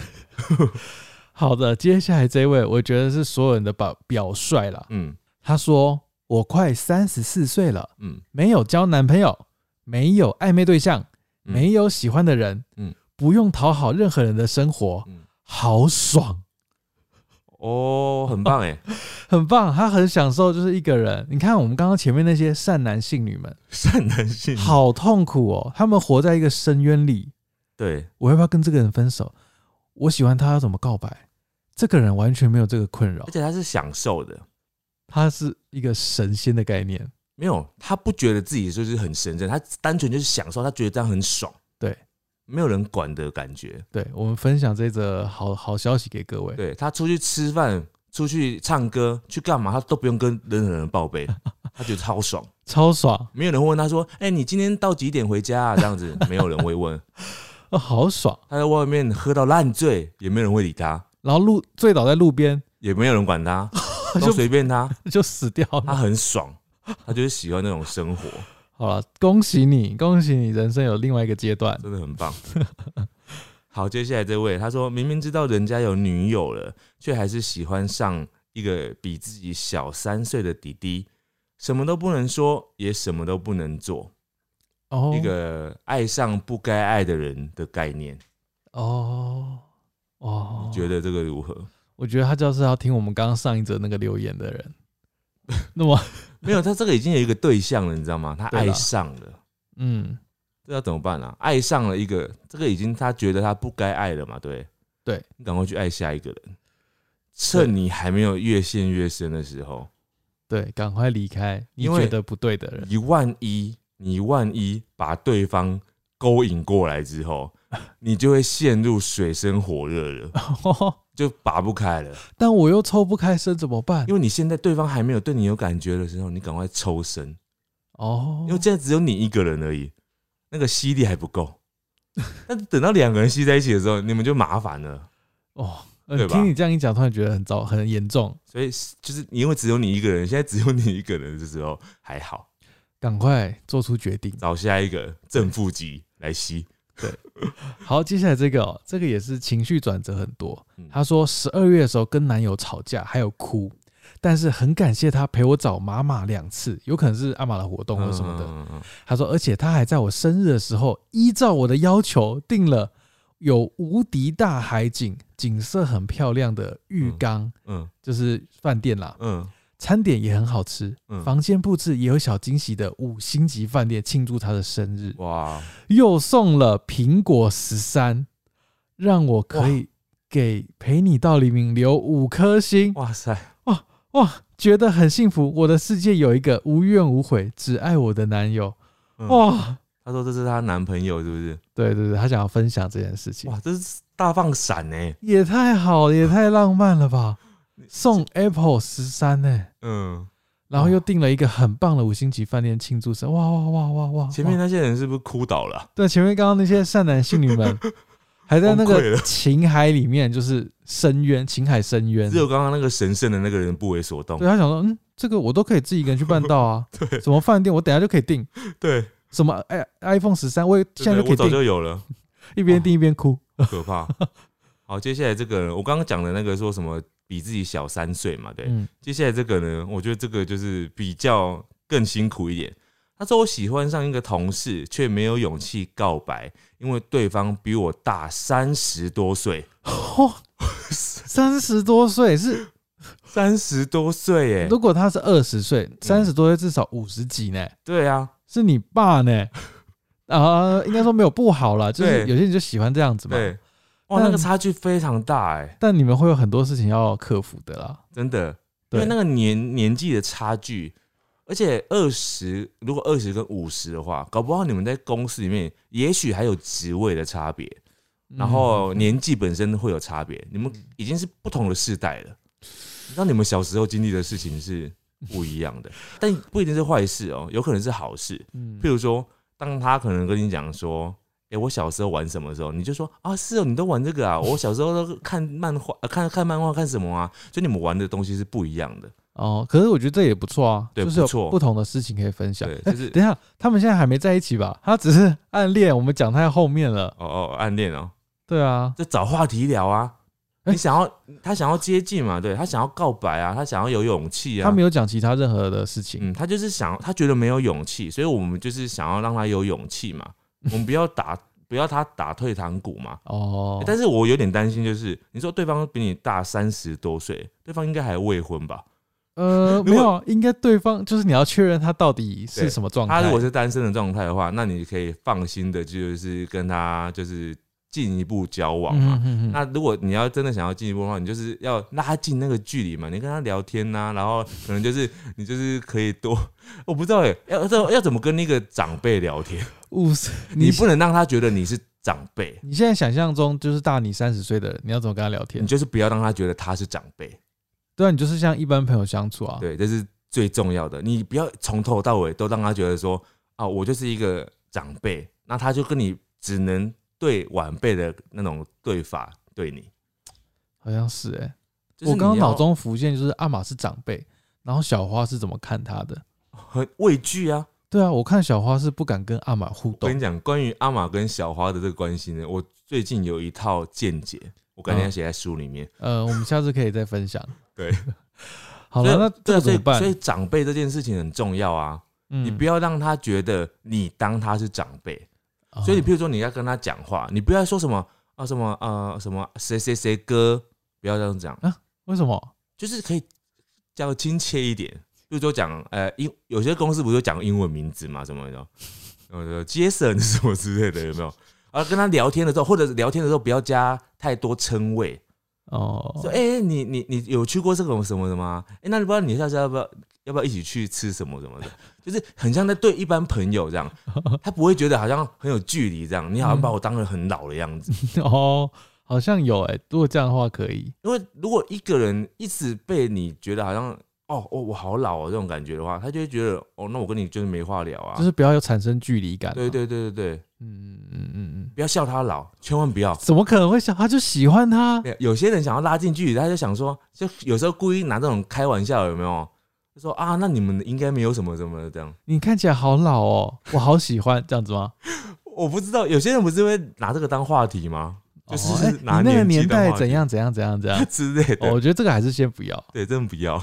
[SPEAKER 1] 好的。接下来这位，我觉得是所有人的表表率啦。
[SPEAKER 2] 嗯
[SPEAKER 1] 他说：“我快三十四岁了，
[SPEAKER 2] 嗯，
[SPEAKER 1] 没有交男朋友，没有暧昧对象，
[SPEAKER 2] 嗯
[SPEAKER 1] 没有喜欢的人，
[SPEAKER 2] 嗯
[SPEAKER 1] 不用讨好任何人的生活，
[SPEAKER 2] 嗯
[SPEAKER 1] 好爽，
[SPEAKER 2] 哦，很棒哎，
[SPEAKER 1] 很棒。他很享受，就是一个人。你看我们刚刚前面那些善男信女们，
[SPEAKER 2] 善男信女。
[SPEAKER 1] 好痛苦哦，他们活在一个深渊里。
[SPEAKER 2] 对，
[SPEAKER 1] 我要不要跟这个人分手？我喜欢他，要怎么告白？这个人完全没有这个困扰
[SPEAKER 2] 而，且他是享受的，
[SPEAKER 1] 他是一个神仙的概念。
[SPEAKER 2] 没有他不觉得自己就是很神圣，他单纯就是享受，他觉得这样很爽，
[SPEAKER 1] 对，
[SPEAKER 2] 没有人管的感觉。
[SPEAKER 1] 对我们分享这则好好消息给各位。
[SPEAKER 2] 对他出去吃饭、出去唱歌、去干嘛，他都不用跟任何人报备， 他觉得超爽。
[SPEAKER 1] 超爽
[SPEAKER 2] 没有人会问他说：“哎、你今天到几点回家啊？”这 样子，没有人会问。
[SPEAKER 1] 哦，好爽！
[SPEAKER 2] 他在外面喝到烂醉，也没有人会理他，
[SPEAKER 1] 然后路醉倒在路边
[SPEAKER 2] 也没有人管他，都
[SPEAKER 1] 就
[SPEAKER 2] 随便他，
[SPEAKER 1] 就死掉
[SPEAKER 2] 他
[SPEAKER 1] 了。
[SPEAKER 2] 很爽，他就是喜欢那种生活，
[SPEAKER 1] 好了，恭喜你，恭喜你，人生有另外一个阶段。
[SPEAKER 2] 真的很棒。好，接下来这位，他说明明知道人家有女友了，却还是喜欢上一个比自己小三岁的弟弟，什么都不能说，也什么都不能做，
[SPEAKER 1] 哦，
[SPEAKER 2] 一个爱上不该爱的人的概念，
[SPEAKER 1] 哦哦
[SPEAKER 2] 你，觉得这个如何？
[SPEAKER 1] 我觉得他就是要听我们刚刚上一则那个留言的 人。那么，
[SPEAKER 2] 没有，他这个已经有一个对象了，你知道吗？他
[SPEAKER 1] 对啦
[SPEAKER 2] 爱上了，
[SPEAKER 1] 嗯，
[SPEAKER 2] 这要怎么办啊？爱上了一个，这个已经他觉得他不该爱了嘛，对
[SPEAKER 1] 对，
[SPEAKER 2] 你赶快去爱下一个人，趁你还没有越陷越深的时候，
[SPEAKER 1] 对，赶快离开你
[SPEAKER 2] 因为
[SPEAKER 1] 觉得不对的人。
[SPEAKER 2] 你万一你万一把对方勾引过来 之后，你就会陷入水深火热了，就拔不开了。
[SPEAKER 1] 但我又抽不开身怎么办？
[SPEAKER 2] 因为你现在对方还没有对你有感觉的时候，你赶快抽身，
[SPEAKER 1] 哦，
[SPEAKER 2] 因为现在只有你一个人而已，那个吸力还不够。 但等到两个人吸在一起的时候，你们就麻烦了。
[SPEAKER 1] 哦，呃
[SPEAKER 2] 对吧
[SPEAKER 1] 听你这样一讲，突然觉得很糟，很严重，
[SPEAKER 2] 所以就是因为只有你一个人，现在只有你一个人的时候还好，
[SPEAKER 1] 赶快做出决 定。
[SPEAKER 2] 找下一个正负极来吸。
[SPEAKER 1] 好，接下来这个、哦，这个也是情绪转折很多。
[SPEAKER 2] 嗯
[SPEAKER 1] 她说十二月的时候跟男友吵架，还有哭，但是很感谢他陪我找妈妈两次，有可能是阿玛的活动或什么的。
[SPEAKER 2] 嗯嗯嗯
[SPEAKER 1] 她说，而且她还在我生日的时候，依照我的要求订了有无敌大海景、景色很漂亮的浴缸，
[SPEAKER 2] 嗯
[SPEAKER 1] 就是饭店啦，
[SPEAKER 2] 嗯
[SPEAKER 1] 餐点也很好吃，
[SPEAKER 2] 嗯
[SPEAKER 1] 房间布置也有小惊喜的五星级饭店庆祝她的生日，
[SPEAKER 2] 哇，
[SPEAKER 1] 又送了苹果十三，让我可以给陪你到黎明留五颗星。
[SPEAKER 2] 哇塞，
[SPEAKER 1] 哇，觉得很幸福。我的世界有一个无怨无悔、只爱我的男友。
[SPEAKER 2] 嗯
[SPEAKER 1] 哇，
[SPEAKER 2] 她说这是她男朋友是不是？
[SPEAKER 1] 对对对，她想要分享这件事情，
[SPEAKER 2] 哇，这是大放闪呢、
[SPEAKER 1] 也太好了，也太浪漫了吧！送 Apple 十三呢，
[SPEAKER 2] 嗯，
[SPEAKER 1] 然后又订了一个很棒的五星级饭店庆祝生，哇哇哇哇哇！
[SPEAKER 2] 前面
[SPEAKER 1] 哇
[SPEAKER 2] 那些人是不是哭倒了啊、
[SPEAKER 1] 对前面刚刚那些善男信女 们。还在那
[SPEAKER 2] 崩溃
[SPEAKER 1] 个
[SPEAKER 2] 了
[SPEAKER 1] 情海里面，就是深渊，情海深渊。
[SPEAKER 2] 只有刚刚那个神圣的那个人不为所动
[SPEAKER 1] 对。他想说，嗯，这个我都可以自己一个人去办到啊。
[SPEAKER 2] 对
[SPEAKER 1] 什么饭店我等下就可以订，
[SPEAKER 2] 对，
[SPEAKER 1] 什么哎 iPhone 十三我也现在
[SPEAKER 2] 对
[SPEAKER 1] 就可
[SPEAKER 2] 我
[SPEAKER 1] 以
[SPEAKER 2] 早
[SPEAKER 1] 订，
[SPEAKER 2] 就哦有了，
[SPEAKER 1] 一边订一边哭。
[SPEAKER 2] 可 怕。好，接下来这个人，我刚刚讲的那个说什么比自己小三岁嘛，对。
[SPEAKER 1] 嗯，
[SPEAKER 2] 接下来这个呢，我觉得这个就是比较更辛苦一点。他说我喜欢上一个同事，却没有勇气告白，因为对方比我大三十多岁。
[SPEAKER 1] 嚯，哦三十多岁是，
[SPEAKER 2] 三十多岁耶、
[SPEAKER 1] 如果他是二十岁，
[SPEAKER 2] 嗯
[SPEAKER 1] 三十多岁至少五十几呢，
[SPEAKER 2] 对啊，
[SPEAKER 1] 是你爸 呢。啊、应该说没有不好啦，就是
[SPEAKER 2] 对
[SPEAKER 1] 有些人就喜欢这样子嘛。
[SPEAKER 2] 对，哇，
[SPEAKER 1] 但
[SPEAKER 2] 那个差距非常大哎、
[SPEAKER 1] 但你们会有很多事情要克服的啦。
[SPEAKER 2] 真的，因
[SPEAKER 1] 对
[SPEAKER 2] 为那个年年纪的差距，而且二十，如果二十跟五十的话，搞不好你们在公司里面，也许还有职位的差别，然后
[SPEAKER 1] 嗯
[SPEAKER 2] 年纪本身会有差别，你们已经是不同的世代了。你知道你们小时候经历的事情是不一样的，但不一定是坏事哦，有可能是好事。
[SPEAKER 1] 嗯
[SPEAKER 2] 譬如说，当他可能跟你讲说：“诶，我小时候玩什么的时候，你就说啊，是哦，你都玩这个啊，我小时候都看漫画，呃看看漫画看什么啊？”就你们玩的东西是不一样的，
[SPEAKER 1] 哦，可是我觉得这也不错啊，
[SPEAKER 2] 对
[SPEAKER 1] 就是
[SPEAKER 2] 不错
[SPEAKER 1] 有不同的事情可以分享。
[SPEAKER 2] 对，
[SPEAKER 1] 哎
[SPEAKER 2] 就 是
[SPEAKER 1] 等一下，他们现在还没在一起吧？他只是暗恋，我们讲太后面了。
[SPEAKER 2] 哦哦，暗恋哦，
[SPEAKER 1] 对啊，
[SPEAKER 2] 就找话题聊啊。
[SPEAKER 1] 诶
[SPEAKER 2] 你想要他想要接近嘛？对他想要告白啊，他想要有勇气啊。
[SPEAKER 1] 他没有讲其他任何的事情。
[SPEAKER 2] 嗯，他就是想，他觉得没有勇气，所以我们就是想要让他有勇 气嘛，我们不要打，不要他打退堂鼓嘛。
[SPEAKER 1] 哦
[SPEAKER 2] 欸，但是我有点担心，就是你说对方比你大三十多岁，对方应该还未婚吧？
[SPEAKER 1] 呃，
[SPEAKER 2] 如
[SPEAKER 1] 没
[SPEAKER 2] 果
[SPEAKER 1] 有啊，应该对方就是你要确认他到底是
[SPEAKER 2] 对
[SPEAKER 1] 什么状态。
[SPEAKER 2] 他如果是单身的状态的话，那你可以放心的，就是跟他就是进一步交往啊嘛。
[SPEAKER 1] 嗯嗯嗯
[SPEAKER 2] 那如果你要真的想要进一步的话，你就是要拉近那个距离嘛，你跟他聊天呐、然后可能就是你就是可以多， 我不知道哎、要要要怎么跟那个长辈聊天？
[SPEAKER 1] 五十，
[SPEAKER 2] 你
[SPEAKER 1] 你
[SPEAKER 2] 不能让他觉得你是长辈，
[SPEAKER 1] 你现在想象中就是大你三十岁的人，你要怎么跟他聊天
[SPEAKER 2] 你？就是不要让他觉得他是长辈，
[SPEAKER 1] 对啊，你就是像一般朋友相处啊。
[SPEAKER 2] 对，这是最重要的。你不要从头到尾都让他觉得说啊，我就是一个长辈，那他就跟你只能对晚辈的那种对法对你。
[SPEAKER 1] 好像是哎、
[SPEAKER 2] 就是
[SPEAKER 1] 我
[SPEAKER 2] 你
[SPEAKER 1] 刚刚
[SPEAKER 2] 要
[SPEAKER 1] 脑中浮现就是阿玛是长辈，然后小花是怎么看他的？
[SPEAKER 2] 很畏惧啊，
[SPEAKER 1] 对啊，我看小花是不敢跟阿玛互
[SPEAKER 2] 我跟
[SPEAKER 1] 动
[SPEAKER 2] 你。讲，关于阿玛跟小花的这个关系呢，我最近有一套见解，我
[SPEAKER 1] 嗯
[SPEAKER 2] 改天要写在书里面。
[SPEAKER 1] 呃，我们下次可以再分享。
[SPEAKER 2] 对，
[SPEAKER 1] 好了，那这
[SPEAKER 2] 对啊
[SPEAKER 1] 个
[SPEAKER 2] 所
[SPEAKER 1] 怎
[SPEAKER 2] 以
[SPEAKER 1] 么办？嗯
[SPEAKER 2] 所以长辈这件事情很重要啊，你
[SPEAKER 1] 你
[SPEAKER 2] 不要让他觉得你当他是长辈。
[SPEAKER 1] 要
[SPEAKER 2] 所以你譬如说你要跟他讲话，你不要说什么啊什么呃什么谁谁谁哥，不要这样讲，
[SPEAKER 1] 为什么？
[SPEAKER 2] 就是可以叫亲切一点。比如说讲呃英，有些公司不是讲英文名字嘛什么的，呃杰森什么之类的，有没有？啊，跟他聊天的时候，或者聊天的时候不要加太多称谓，
[SPEAKER 1] 哦
[SPEAKER 2] 说哎、欸你你你有去过这种什么什么、啊？哎、那你不知道你下次要不要要不要一起去吃什么什么的？ 就是很像在对一般朋友这样，他不会觉得好像很有距离这样，你好像把我当成很老的样子。
[SPEAKER 1] 哦，好像有哎、如果这样的话可以，
[SPEAKER 2] 因为如果一个人一直被你觉得好像哦哦我好老哦这种感觉的话，他就会觉得哦那我跟你就是没话聊啊。
[SPEAKER 1] 就是不要有产生距离感、啊
[SPEAKER 2] 对，对对对对，
[SPEAKER 1] 嗯嗯嗯嗯，
[SPEAKER 2] 不要笑他老，千万不要。
[SPEAKER 1] 怎么可能会想他就喜欢他？
[SPEAKER 2] 对有些人想要拉近距离，他就想说，就有时候故意拿这种开玩笑，有没有？就说啊，那你们应该没有什么什么的这样。
[SPEAKER 1] 你看起来好老哦，我好喜欢这样子吗？
[SPEAKER 2] 我不知道，有些人不是会拿这个当话题吗？ 就是
[SPEAKER 1] 哦哎
[SPEAKER 2] 拿
[SPEAKER 1] 你那个
[SPEAKER 2] 年纪
[SPEAKER 1] 年
[SPEAKER 2] 当
[SPEAKER 1] 代
[SPEAKER 2] 话
[SPEAKER 1] 怎
[SPEAKER 2] 题。
[SPEAKER 1] 样怎样怎样怎样
[SPEAKER 2] 之类
[SPEAKER 1] 哦
[SPEAKER 2] 的。
[SPEAKER 1] 我觉得这个还是先不要。
[SPEAKER 2] 对，真的不要。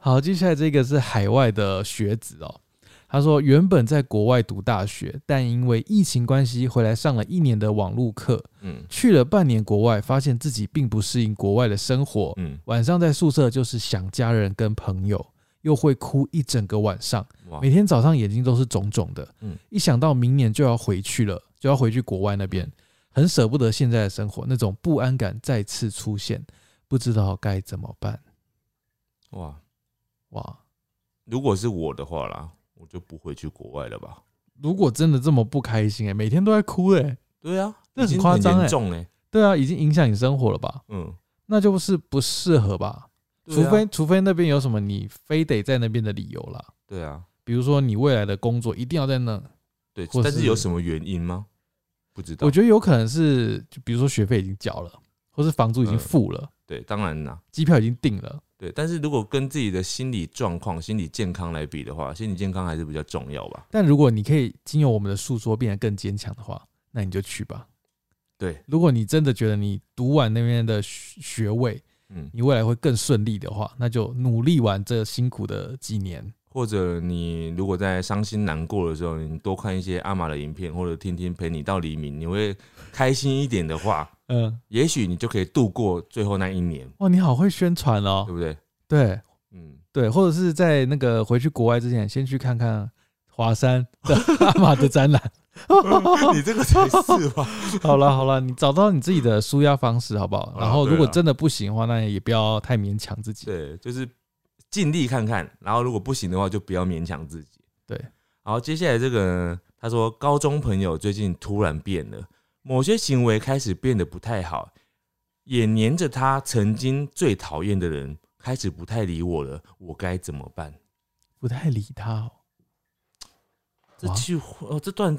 [SPEAKER 1] 好，接下来这个是海外的学子哦。他说，原本在国外读大学，但因为疫情关系回来上了一年的网络课，
[SPEAKER 2] 嗯
[SPEAKER 1] 去了半年国外，发现自己并不适应国外的生活。
[SPEAKER 2] 嗯，
[SPEAKER 1] 晚上在宿舍就是想家人跟朋友，又会哭一整个晚上，
[SPEAKER 2] 哇
[SPEAKER 1] 每，天早上眼睛都是肿肿的。
[SPEAKER 2] 啊嗯
[SPEAKER 1] 一想到明年就要回去了，就要回去国外那边，很舍不得现在的生活，那种不安感再次出现，不知道该怎么办。
[SPEAKER 2] 哇！
[SPEAKER 1] 哇，
[SPEAKER 2] 如果是我的话啦，我就不回去国外了吧？
[SPEAKER 1] 如果真的这么不开心、欸，每天都在哭、欸，
[SPEAKER 2] 对啊，
[SPEAKER 1] 这
[SPEAKER 2] 已
[SPEAKER 1] 很
[SPEAKER 2] 经
[SPEAKER 1] 夸张
[SPEAKER 2] 严
[SPEAKER 1] 欸
[SPEAKER 2] 重哎。
[SPEAKER 1] 对啊，已经影响你生活了吧？
[SPEAKER 2] 嗯，
[SPEAKER 1] 那就是不适合吧？
[SPEAKER 2] 对
[SPEAKER 1] 除
[SPEAKER 2] 啊
[SPEAKER 1] 非除非那边有什么你非得在那边的理由啦，
[SPEAKER 2] 对啊，
[SPEAKER 1] 比如说你未来的工作一定要在那，
[SPEAKER 2] 对，
[SPEAKER 1] 或
[SPEAKER 2] 但是有
[SPEAKER 1] 是
[SPEAKER 2] 什么原因吗？不知道。
[SPEAKER 1] 我觉得有可能是，就比如说学费已经缴了，或是房租已经付了，
[SPEAKER 2] 对，当然啦。
[SPEAKER 1] 机票已经订了，
[SPEAKER 2] 对，但是如果跟自己的心理状况、心理健康来比的话，心理健康还是比较重要吧。
[SPEAKER 1] 但如果你可以经由我们的诉说变得更坚强的话，那你就去吧。
[SPEAKER 2] 对，
[SPEAKER 1] 如果你真的觉得你读完那边的学学位，
[SPEAKER 2] 嗯，
[SPEAKER 1] 你未来会更顺利的话，那就努力完这辛苦的几年。
[SPEAKER 2] 或者你如果在伤心难过的时候，你多看一些阿玛的影片，或者听听《陪你到黎明》，你会开心一点的话，
[SPEAKER 1] 嗯，
[SPEAKER 2] 也许你就可以度过最后那一年，
[SPEAKER 1] 哇，你好会宣传哦
[SPEAKER 2] 对。不对？
[SPEAKER 1] 对
[SPEAKER 2] 嗯，
[SPEAKER 1] 对，或者是在那个回去国外之前，先去看看华山 的阿玛的展览。
[SPEAKER 2] 你这个才是吧？
[SPEAKER 1] 好了好了，你找到你自己的舒压方式好不好？
[SPEAKER 2] 啊
[SPEAKER 1] 然后如果
[SPEAKER 2] 对啊
[SPEAKER 1] 真的不行的话，那也不要太勉强自己。
[SPEAKER 2] 对，就是尽力看看，然后如果不行的话，就不要勉强自己。
[SPEAKER 1] 对，
[SPEAKER 2] 好，接下来这个呢他说高中朋友最近突然变了，某些行为开始变得不太好，也黏着他曾经最讨厌的人，开始不太理我了，我该怎么办？
[SPEAKER 1] 不太理他哦。
[SPEAKER 2] 这
[SPEAKER 1] 哇
[SPEAKER 2] 句话，哦，这段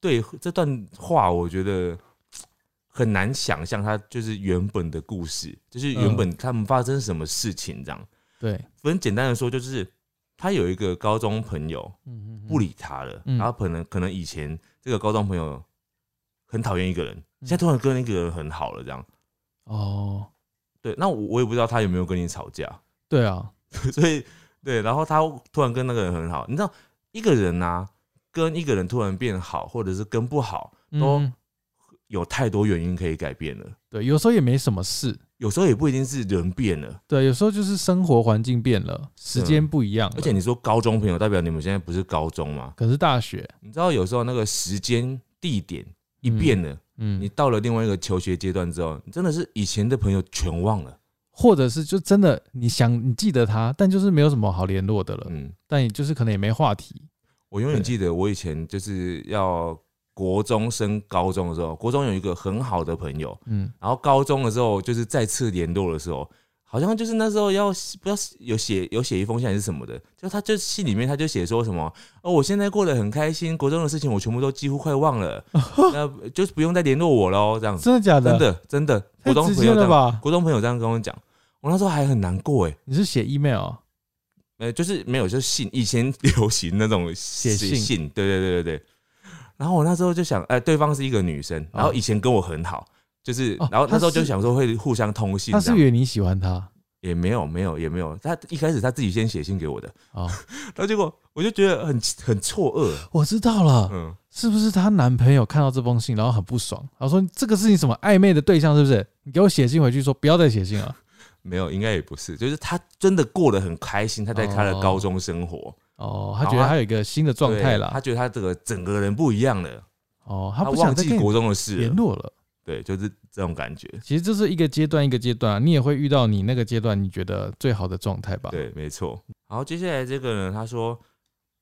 [SPEAKER 2] 对这段话，我觉得很难想象他就是原本的故事，就是原
[SPEAKER 1] 嗯
[SPEAKER 2] 本他们发生什么事情这样。
[SPEAKER 1] 对，
[SPEAKER 2] 很简单的说，就是他有一个高中朋友
[SPEAKER 1] 嗯嗯，嗯
[SPEAKER 2] 不，理他了，
[SPEAKER 1] 嗯
[SPEAKER 2] 然后可能可能以前这个高中朋友很讨厌一个人，
[SPEAKER 1] 嗯
[SPEAKER 2] 现在突然跟一个人很好了，这样。
[SPEAKER 1] 哦，
[SPEAKER 2] 对，那我我也不知道他有没有跟你吵架，
[SPEAKER 1] 对啊，
[SPEAKER 2] 所以对，然后他突然跟那个人很好，你知道一个人啊，跟一个人突然变好，或者是跟不好，都
[SPEAKER 1] 嗯，
[SPEAKER 2] 有太多原因可以改变了。
[SPEAKER 1] 对，有时候也没什么事。
[SPEAKER 2] 有时候也不一定是人变了，
[SPEAKER 1] 对，有时候就是生活环境变了，时间不一样了，
[SPEAKER 2] 而且你说高中朋友，代表你们现在不是高中吗？
[SPEAKER 1] 可是大学，
[SPEAKER 2] 你知道有时候那个时间地点一变了，
[SPEAKER 1] 嗯，
[SPEAKER 2] 你到了另外一个求学阶段之后，你真的是以前的朋友全忘了。
[SPEAKER 1] 或者是就真的你想你记得他，但就是没有什么好联络的了，
[SPEAKER 2] 嗯，
[SPEAKER 1] 但也就是可能也没话题。
[SPEAKER 2] 我永远
[SPEAKER 1] 对
[SPEAKER 2] 记得我以前就是要国中升高中的时候，国中有一个很好的朋友，
[SPEAKER 1] 嗯，
[SPEAKER 2] 然后高中的时候就是再次联络的时候，好像就是那时候要不要有写有写一封信还是什么的，就他就信里面他就写说什么哦，我现在过得很开心，国中的事情我全部都几乎快 忘了，那就是不用再联络我喽，这样子，
[SPEAKER 1] 真的假的？
[SPEAKER 2] 真的真的，
[SPEAKER 1] 太
[SPEAKER 2] 国中
[SPEAKER 1] 直
[SPEAKER 2] 朋
[SPEAKER 1] 接
[SPEAKER 2] 友这
[SPEAKER 1] 了
[SPEAKER 2] 样，
[SPEAKER 1] 吧？
[SPEAKER 2] 国中朋友这样跟我讲，我那时候还很难过哎、
[SPEAKER 1] 你是写 email 啊
[SPEAKER 2] 呃，就是没有，就是信，以前 流行那种写
[SPEAKER 1] 信
[SPEAKER 2] 信，对对对对对。然后我那时候就想，哎、对方是一个女生，然后以前跟我很好，就是，
[SPEAKER 1] 哦
[SPEAKER 2] 然后
[SPEAKER 1] 她
[SPEAKER 2] 那时候就是想说会互相通信
[SPEAKER 1] 他
[SPEAKER 2] 这
[SPEAKER 1] 是
[SPEAKER 2] 样，
[SPEAKER 1] 以为你喜欢他
[SPEAKER 2] 也没有没有也没有，她一开始她自己先写信给我的，
[SPEAKER 1] 哦，
[SPEAKER 2] 然后结果我就觉得很很错愕，
[SPEAKER 1] 我知道了，
[SPEAKER 2] 嗯，
[SPEAKER 1] 是不是她男朋友看到这封信，然后很不爽，然后说这个是你什么暧昧的对象是不是？你给我写信回去说不要再写信了。
[SPEAKER 2] 没有，应该也不是，就是她真的过得很开心，她在她的
[SPEAKER 1] 哦
[SPEAKER 2] 高中生活，
[SPEAKER 1] 哦，他觉得他有一个新的状态
[SPEAKER 2] 啊对他
[SPEAKER 1] 啦。
[SPEAKER 2] 觉得他这个整个人不一样了，
[SPEAKER 1] 哦，
[SPEAKER 2] 他
[SPEAKER 1] 不想
[SPEAKER 2] 忘
[SPEAKER 1] 再
[SPEAKER 2] 记
[SPEAKER 1] 跟你
[SPEAKER 2] 国中的事
[SPEAKER 1] 联
[SPEAKER 2] 了，
[SPEAKER 1] 络了。
[SPEAKER 2] 对，就是这种感觉，
[SPEAKER 1] 其实这是一个阶段一个阶段啊，你也会遇到你那个阶段你觉得最好的状态吧？，
[SPEAKER 2] 对，没错。然后接下来这个呢，他说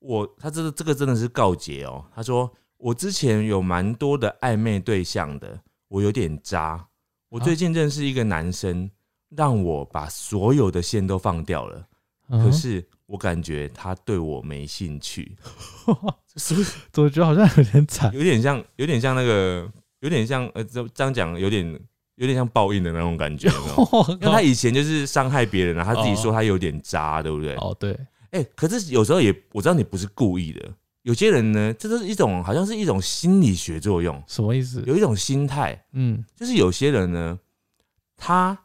[SPEAKER 2] 我他这个这个真的是告诫哦，他说我之前有蛮多的暧昧对象的，我有点渣。我最近认识一个男生，让我把所有的线都放掉了，可
[SPEAKER 1] 嗯、
[SPEAKER 2] 是我感觉他对我没兴 趣，是不是
[SPEAKER 1] 总觉得好像有点惨。
[SPEAKER 2] 有点像有点像那个有点像呃这这样讲有点有点像报应的那种感觉？有没 有
[SPEAKER 1] 哦
[SPEAKER 2] 因为他以前就是伤害别人了、啊，他自己说他有点渣，对不对？
[SPEAKER 1] 哦，对，
[SPEAKER 2] 哎、可是有时候也我知道你不是故意的，有些人呢，这就是一种好像是一种心理学作用，
[SPEAKER 1] 什么意思？
[SPEAKER 2] 有一种心态，
[SPEAKER 1] 嗯
[SPEAKER 2] 就是有些人呢，他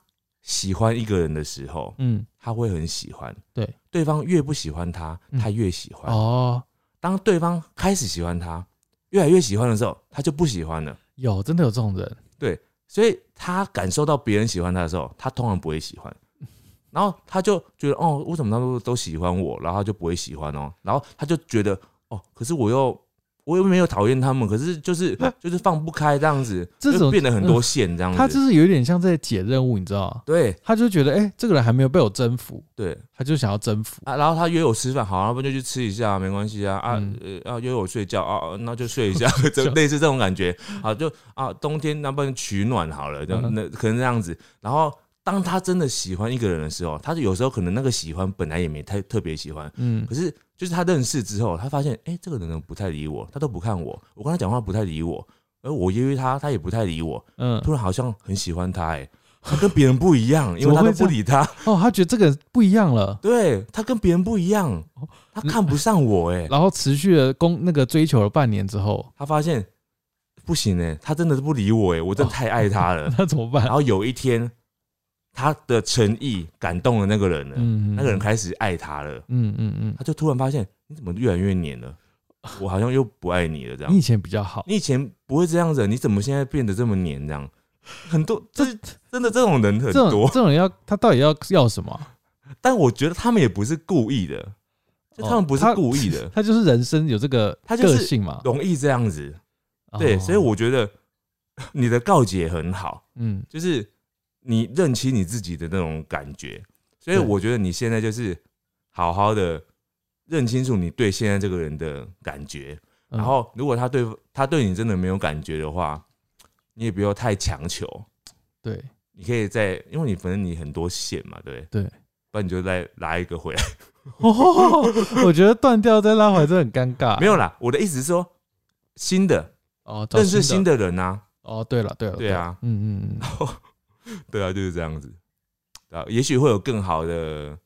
[SPEAKER 2] 喜欢一个人的时候，
[SPEAKER 1] 嗯，
[SPEAKER 2] 他会很喜欢，
[SPEAKER 1] 对，
[SPEAKER 2] 对方越不喜欢他，
[SPEAKER 1] 嗯
[SPEAKER 2] 他越喜欢。
[SPEAKER 1] 哦，
[SPEAKER 2] 当对方开始喜欢他，越来越喜欢的时候，他就不喜欢了。
[SPEAKER 1] 有真的有这种人，
[SPEAKER 2] 所以他感受到别人喜欢他的时候，他通常不会喜欢。然后他就觉得哦，为什么他都都喜欢我，然后他就不会喜欢哦。然后他就觉得哦，可是我又我又没有讨厌他们，可是就是就是放不开这样子，
[SPEAKER 1] 这种嗯
[SPEAKER 2] 就变得很多线这样子。
[SPEAKER 1] 他就是有点像在解任务，你知道吗？
[SPEAKER 2] 对
[SPEAKER 1] 他就觉得哎、这个人还没有被我征服，
[SPEAKER 2] 对
[SPEAKER 1] 他就想要征服。
[SPEAKER 2] 啊，然后他约我吃饭，好，要不就去吃一下，没关系啊啊、
[SPEAKER 1] 嗯
[SPEAKER 2] 呃啊约我睡觉啊，啊那就睡一 下，就类似这种感觉。好，就啊冬天那不然取暖好了，就
[SPEAKER 1] 嗯哼
[SPEAKER 2] 那可能这样子。然后当他真的喜欢一个人的时候，他有时候可能那个喜欢本来也没太特别喜欢，
[SPEAKER 1] 嗯
[SPEAKER 2] 可是就是他认识之后，他发现哎、诶这个人呢不太理我，他都不看我，我跟他讲话不太理我，而我约约他，他也不太理我，
[SPEAKER 1] 嗯，
[SPEAKER 2] 突然好像很喜欢他哎、诶他跟别人不一样，因为他都不理他。
[SPEAKER 1] 哦，他觉得这个人不一样了，
[SPEAKER 2] 对他跟别人不一样，
[SPEAKER 1] 哦
[SPEAKER 2] 他看不上我哎、
[SPEAKER 1] 然后持续的攻那个追求了半年之 后，
[SPEAKER 2] 他发现不行哎、他真的是不理我哎、我
[SPEAKER 1] 哦
[SPEAKER 2] 真的太爱 他了。
[SPEAKER 1] 那怎么办
[SPEAKER 2] 然？后有一天，他的诚意感动了那个人了，
[SPEAKER 1] 嗯，
[SPEAKER 2] 那个人开始爱他了，
[SPEAKER 1] 嗯，嗯嗯
[SPEAKER 2] 他就突然发现你怎么越来越黏 了，我好像又不爱你了这
[SPEAKER 1] 嗯，你
[SPEAKER 2] 样
[SPEAKER 1] 以。前比较好，
[SPEAKER 2] 你以前不会这样子，你怎么现在变得这么黏这样？很多这真的这种人很
[SPEAKER 1] 这种
[SPEAKER 2] 多
[SPEAKER 1] 这，种人要他到底要要什么啊？
[SPEAKER 2] 但我觉得他们也不是故意的，就他们不是
[SPEAKER 1] 哦他
[SPEAKER 2] 故 意的，
[SPEAKER 1] 他就是人生有这个
[SPEAKER 2] 他就是
[SPEAKER 1] 个性嘛，
[SPEAKER 2] 容易这样子。对，
[SPEAKER 1] 哦
[SPEAKER 2] 所以我觉得你的告解很好，
[SPEAKER 1] 嗯
[SPEAKER 2] 就是你认清你自己的那种感觉。所以
[SPEAKER 1] 对
[SPEAKER 2] 我觉得你现在就是好好的认清楚你对现在这个人的感觉，
[SPEAKER 1] 嗯
[SPEAKER 2] 然后如果他对他对你真的没有感觉的话，你也不要太强求。
[SPEAKER 1] 对
[SPEAKER 2] 你可以在，因为你反正你很多线嘛，对不对？
[SPEAKER 1] 对，
[SPEAKER 2] 不然你就再拉一个回来。
[SPEAKER 1] 哦，我觉得断掉再拉回来真的很尴尬。
[SPEAKER 2] 没有啦，我的意思是说，新的
[SPEAKER 1] 啊哦，找
[SPEAKER 2] 认识新
[SPEAKER 1] 的
[SPEAKER 2] 的人啊，
[SPEAKER 1] 哦，对了对了，
[SPEAKER 2] 对啊，
[SPEAKER 1] 嗯嗯嗯，
[SPEAKER 2] 对啊，就是这样子。对啊，也许会有更好的，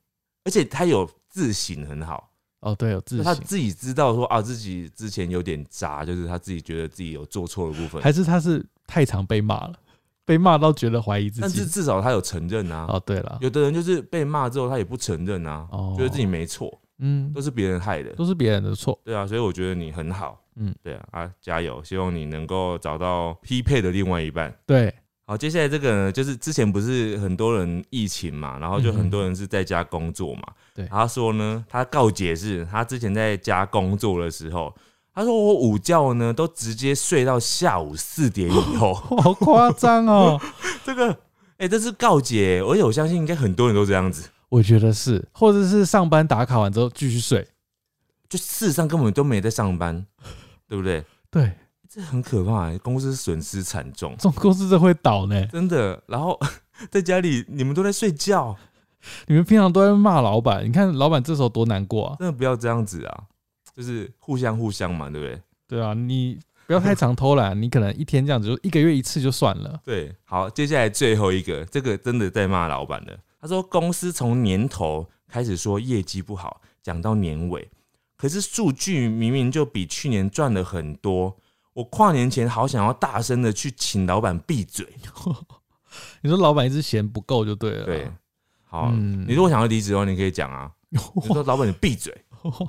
[SPEAKER 2] 而且他有自省很好，
[SPEAKER 1] 哦对，有自
[SPEAKER 2] 他
[SPEAKER 1] 信，
[SPEAKER 2] 自己知道说啊，自己之前有点渣，就是他自己觉得自己有做错的部分，
[SPEAKER 1] 还是他是太常被骂了， 被骂到觉得怀疑自
[SPEAKER 2] 但是
[SPEAKER 1] 己。
[SPEAKER 2] 至少他有承认啊。
[SPEAKER 1] 哦对了，
[SPEAKER 2] 有的人就是被骂之后，他也不承认啊，
[SPEAKER 1] 哦
[SPEAKER 2] 觉得自己没错，
[SPEAKER 1] 嗯
[SPEAKER 2] 都，是别人害的。
[SPEAKER 1] 都是别人的错。
[SPEAKER 2] 对啊，所以我觉得你很好，
[SPEAKER 1] 嗯
[SPEAKER 2] 嗯，对啊，啊，加油！希望你能够找到匹配的另外一半。
[SPEAKER 1] 对，
[SPEAKER 2] 好，接下来这个呢，就是之前不是很多人疫情嘛，然后就
[SPEAKER 1] 嗯嗯
[SPEAKER 2] 很多人是在家工作嘛。
[SPEAKER 1] 对，
[SPEAKER 2] 然后他说呢，他告解是，他之前在家工作的时候，他说我午觉呢都直接睡到下午四点以后
[SPEAKER 1] 哇好夸张哦！
[SPEAKER 2] 这个，哎、这是告解，而且我相信应该很多人都这样子，
[SPEAKER 1] 我觉得是，或者是上班打卡完之后继续睡。
[SPEAKER 2] 就事实上根本都没在上班，对不对？
[SPEAKER 1] 对，
[SPEAKER 2] 这很可怕、欸，公司损失惨重，
[SPEAKER 1] 这种公司这会倒呢。
[SPEAKER 2] 真的。然后在家里你们都在睡觉，
[SPEAKER 1] 你们平常都在骂老板，你看老板这时候多难过啊！
[SPEAKER 2] 真的不要这样子啊，就是互相互相嘛，对不对？
[SPEAKER 1] 对啊，你不要太常偷懒，你可能一天这样子，就一个月一次就算了。
[SPEAKER 2] 对，好，接下来最后一个，这个真的在骂老板的。他说，公司从年头开始说业绩不好，讲到年尾，可是数据明明就比去年赚了很多。我跨年前好想要大声的去请老板闭嘴。
[SPEAKER 1] 你说老板一直嫌不够就对了。
[SPEAKER 2] 对，好，
[SPEAKER 1] 嗯
[SPEAKER 2] 你如果想要离职的话，你可以讲啊，你说老板你闭嘴。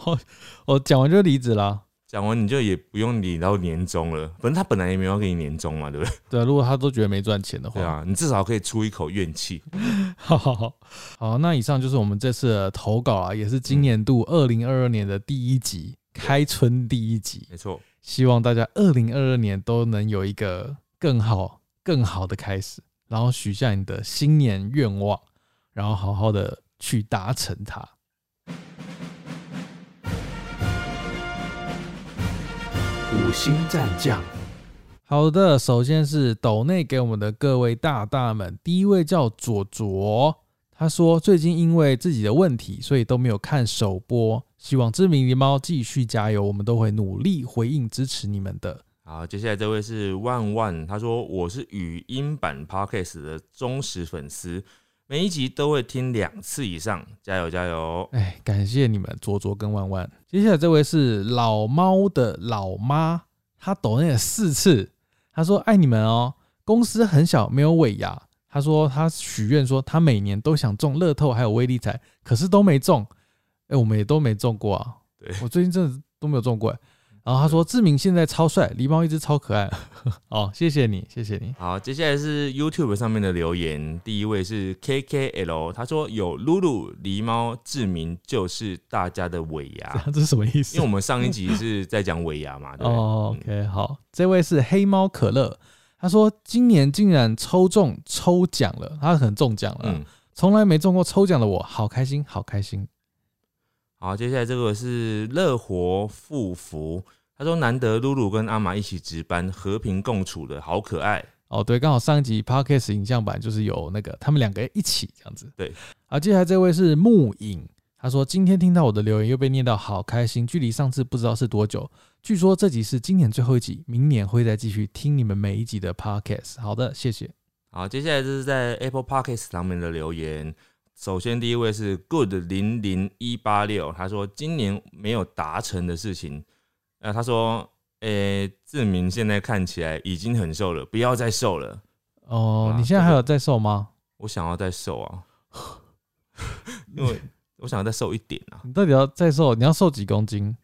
[SPEAKER 1] 我讲完就离职啦。
[SPEAKER 2] 讲完你就也不用理到年终了，反正他本来也没有要给你年终嘛，对不对？
[SPEAKER 1] 对啊，如果他都觉得没赚钱的话，
[SPEAKER 2] 对啊，你至少可以出一口怨气。
[SPEAKER 1] 好好好，好，那以上就是我们这次的投稿啊，也是今年度二零二二年的第一集，开春第一集。
[SPEAKER 2] 没错，
[SPEAKER 1] 希望大家二零二二年都能有一个更好、更好的开始，然后许下你的新年愿望，然后好好的去达成它。
[SPEAKER 3] 五星战将，
[SPEAKER 1] 好的，首先是斗内给我们的各位大大们，第一位叫左左，他说最近因为自己的问题，所以都没有看首播，希望知名狸猫继续加油，我们都会努力回应支持你们的。
[SPEAKER 2] 好，接下来这位是万万，他说我是语音版 podcast 的忠实粉丝，每一集都会听两次以上，加油加油！
[SPEAKER 1] 哎，感谢你们卓卓跟万万。接下来这位是老猫的老妈，她抖内了四次，她说爱你们哦。公司很小，没有尾牙。她说她许愿说她每年都想中乐透还有威力彩，可是都没中。哎，我们也都没中过啊。
[SPEAKER 2] 对
[SPEAKER 1] 我最近真的都没有中过哎。然后她说志明现在超帅，狸猫一只超可爱。哦，谢谢你，谢谢你。
[SPEAKER 2] 好，接下来是 YouTube 上面的留言，第一位是 KKL，他说有露露、狸猫、志明就是大家的尾牙，
[SPEAKER 1] 这是什么意思？
[SPEAKER 2] 因为我们上一集是在讲尾牙嘛，对不
[SPEAKER 1] 哦
[SPEAKER 2] 对？嗯
[SPEAKER 1] ，OK，好，这位是黑猫可乐，他说今年竟然抽中抽奖了，他可能中奖了
[SPEAKER 2] 嗯，，
[SPEAKER 1] 从、来没中过抽奖的我，好开心，好开心。
[SPEAKER 2] 好，接下来这个是乐活富福，他说难得露露跟阿玛一起值班，和平共处的好可爱。
[SPEAKER 1] 哦，对，刚好上一集 podcast 影像版就是有那个他们两个一起这样子。
[SPEAKER 2] 对，
[SPEAKER 1] 啊，接下来这位是木影，他说今天听到我的留言又被念到，好开心，距离上次不知道是多久。据说这集是今年最后一集，明年会再继续听你们每一集的 podcast。好的，谢谢。
[SPEAKER 2] 好，接下来就是在 Apple Podcast 上面的留言。首先第一位是 Good 零零一八六，他说今年没有达成的事情，呃，他说，诶、志明现在看起来已经很瘦了，不要再瘦了，
[SPEAKER 1] 哦，
[SPEAKER 2] 哇
[SPEAKER 1] 你现在还
[SPEAKER 2] 这个
[SPEAKER 1] 有在瘦吗？
[SPEAKER 2] 我想要再瘦啊， 因为我想要再瘦一点啊，
[SPEAKER 1] 你到底要再瘦？你要瘦几公斤？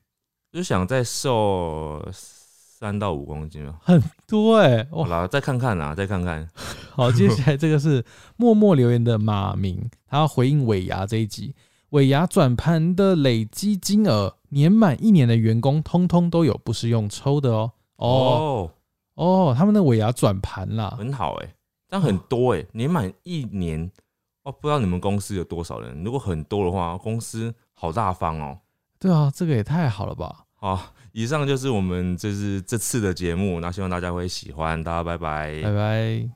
[SPEAKER 2] 就想再瘦三到五公斤吧。
[SPEAKER 1] 很多哎、
[SPEAKER 2] 好
[SPEAKER 1] 哇！
[SPEAKER 2] 啦，再看看啦，再看看。
[SPEAKER 1] 好，接下来这个是默默留言的马明，他要回应尾牙这一集，尾牙转盘的累积金额，年满一年的员工通通都有，不是用抽的哦。哦
[SPEAKER 2] 哦，
[SPEAKER 1] 哦，他们的尾牙转盘啦，
[SPEAKER 2] 很好哎、这样很多哎、年满一年哦，不知道你们公司有多少人？如果很多的话，公司好大方哦。
[SPEAKER 1] 对啊，这个也太好了吧！
[SPEAKER 2] 好，以上就是我们这是这次的节目，那希望大家会喜欢，大家拜拜
[SPEAKER 1] 拜拜。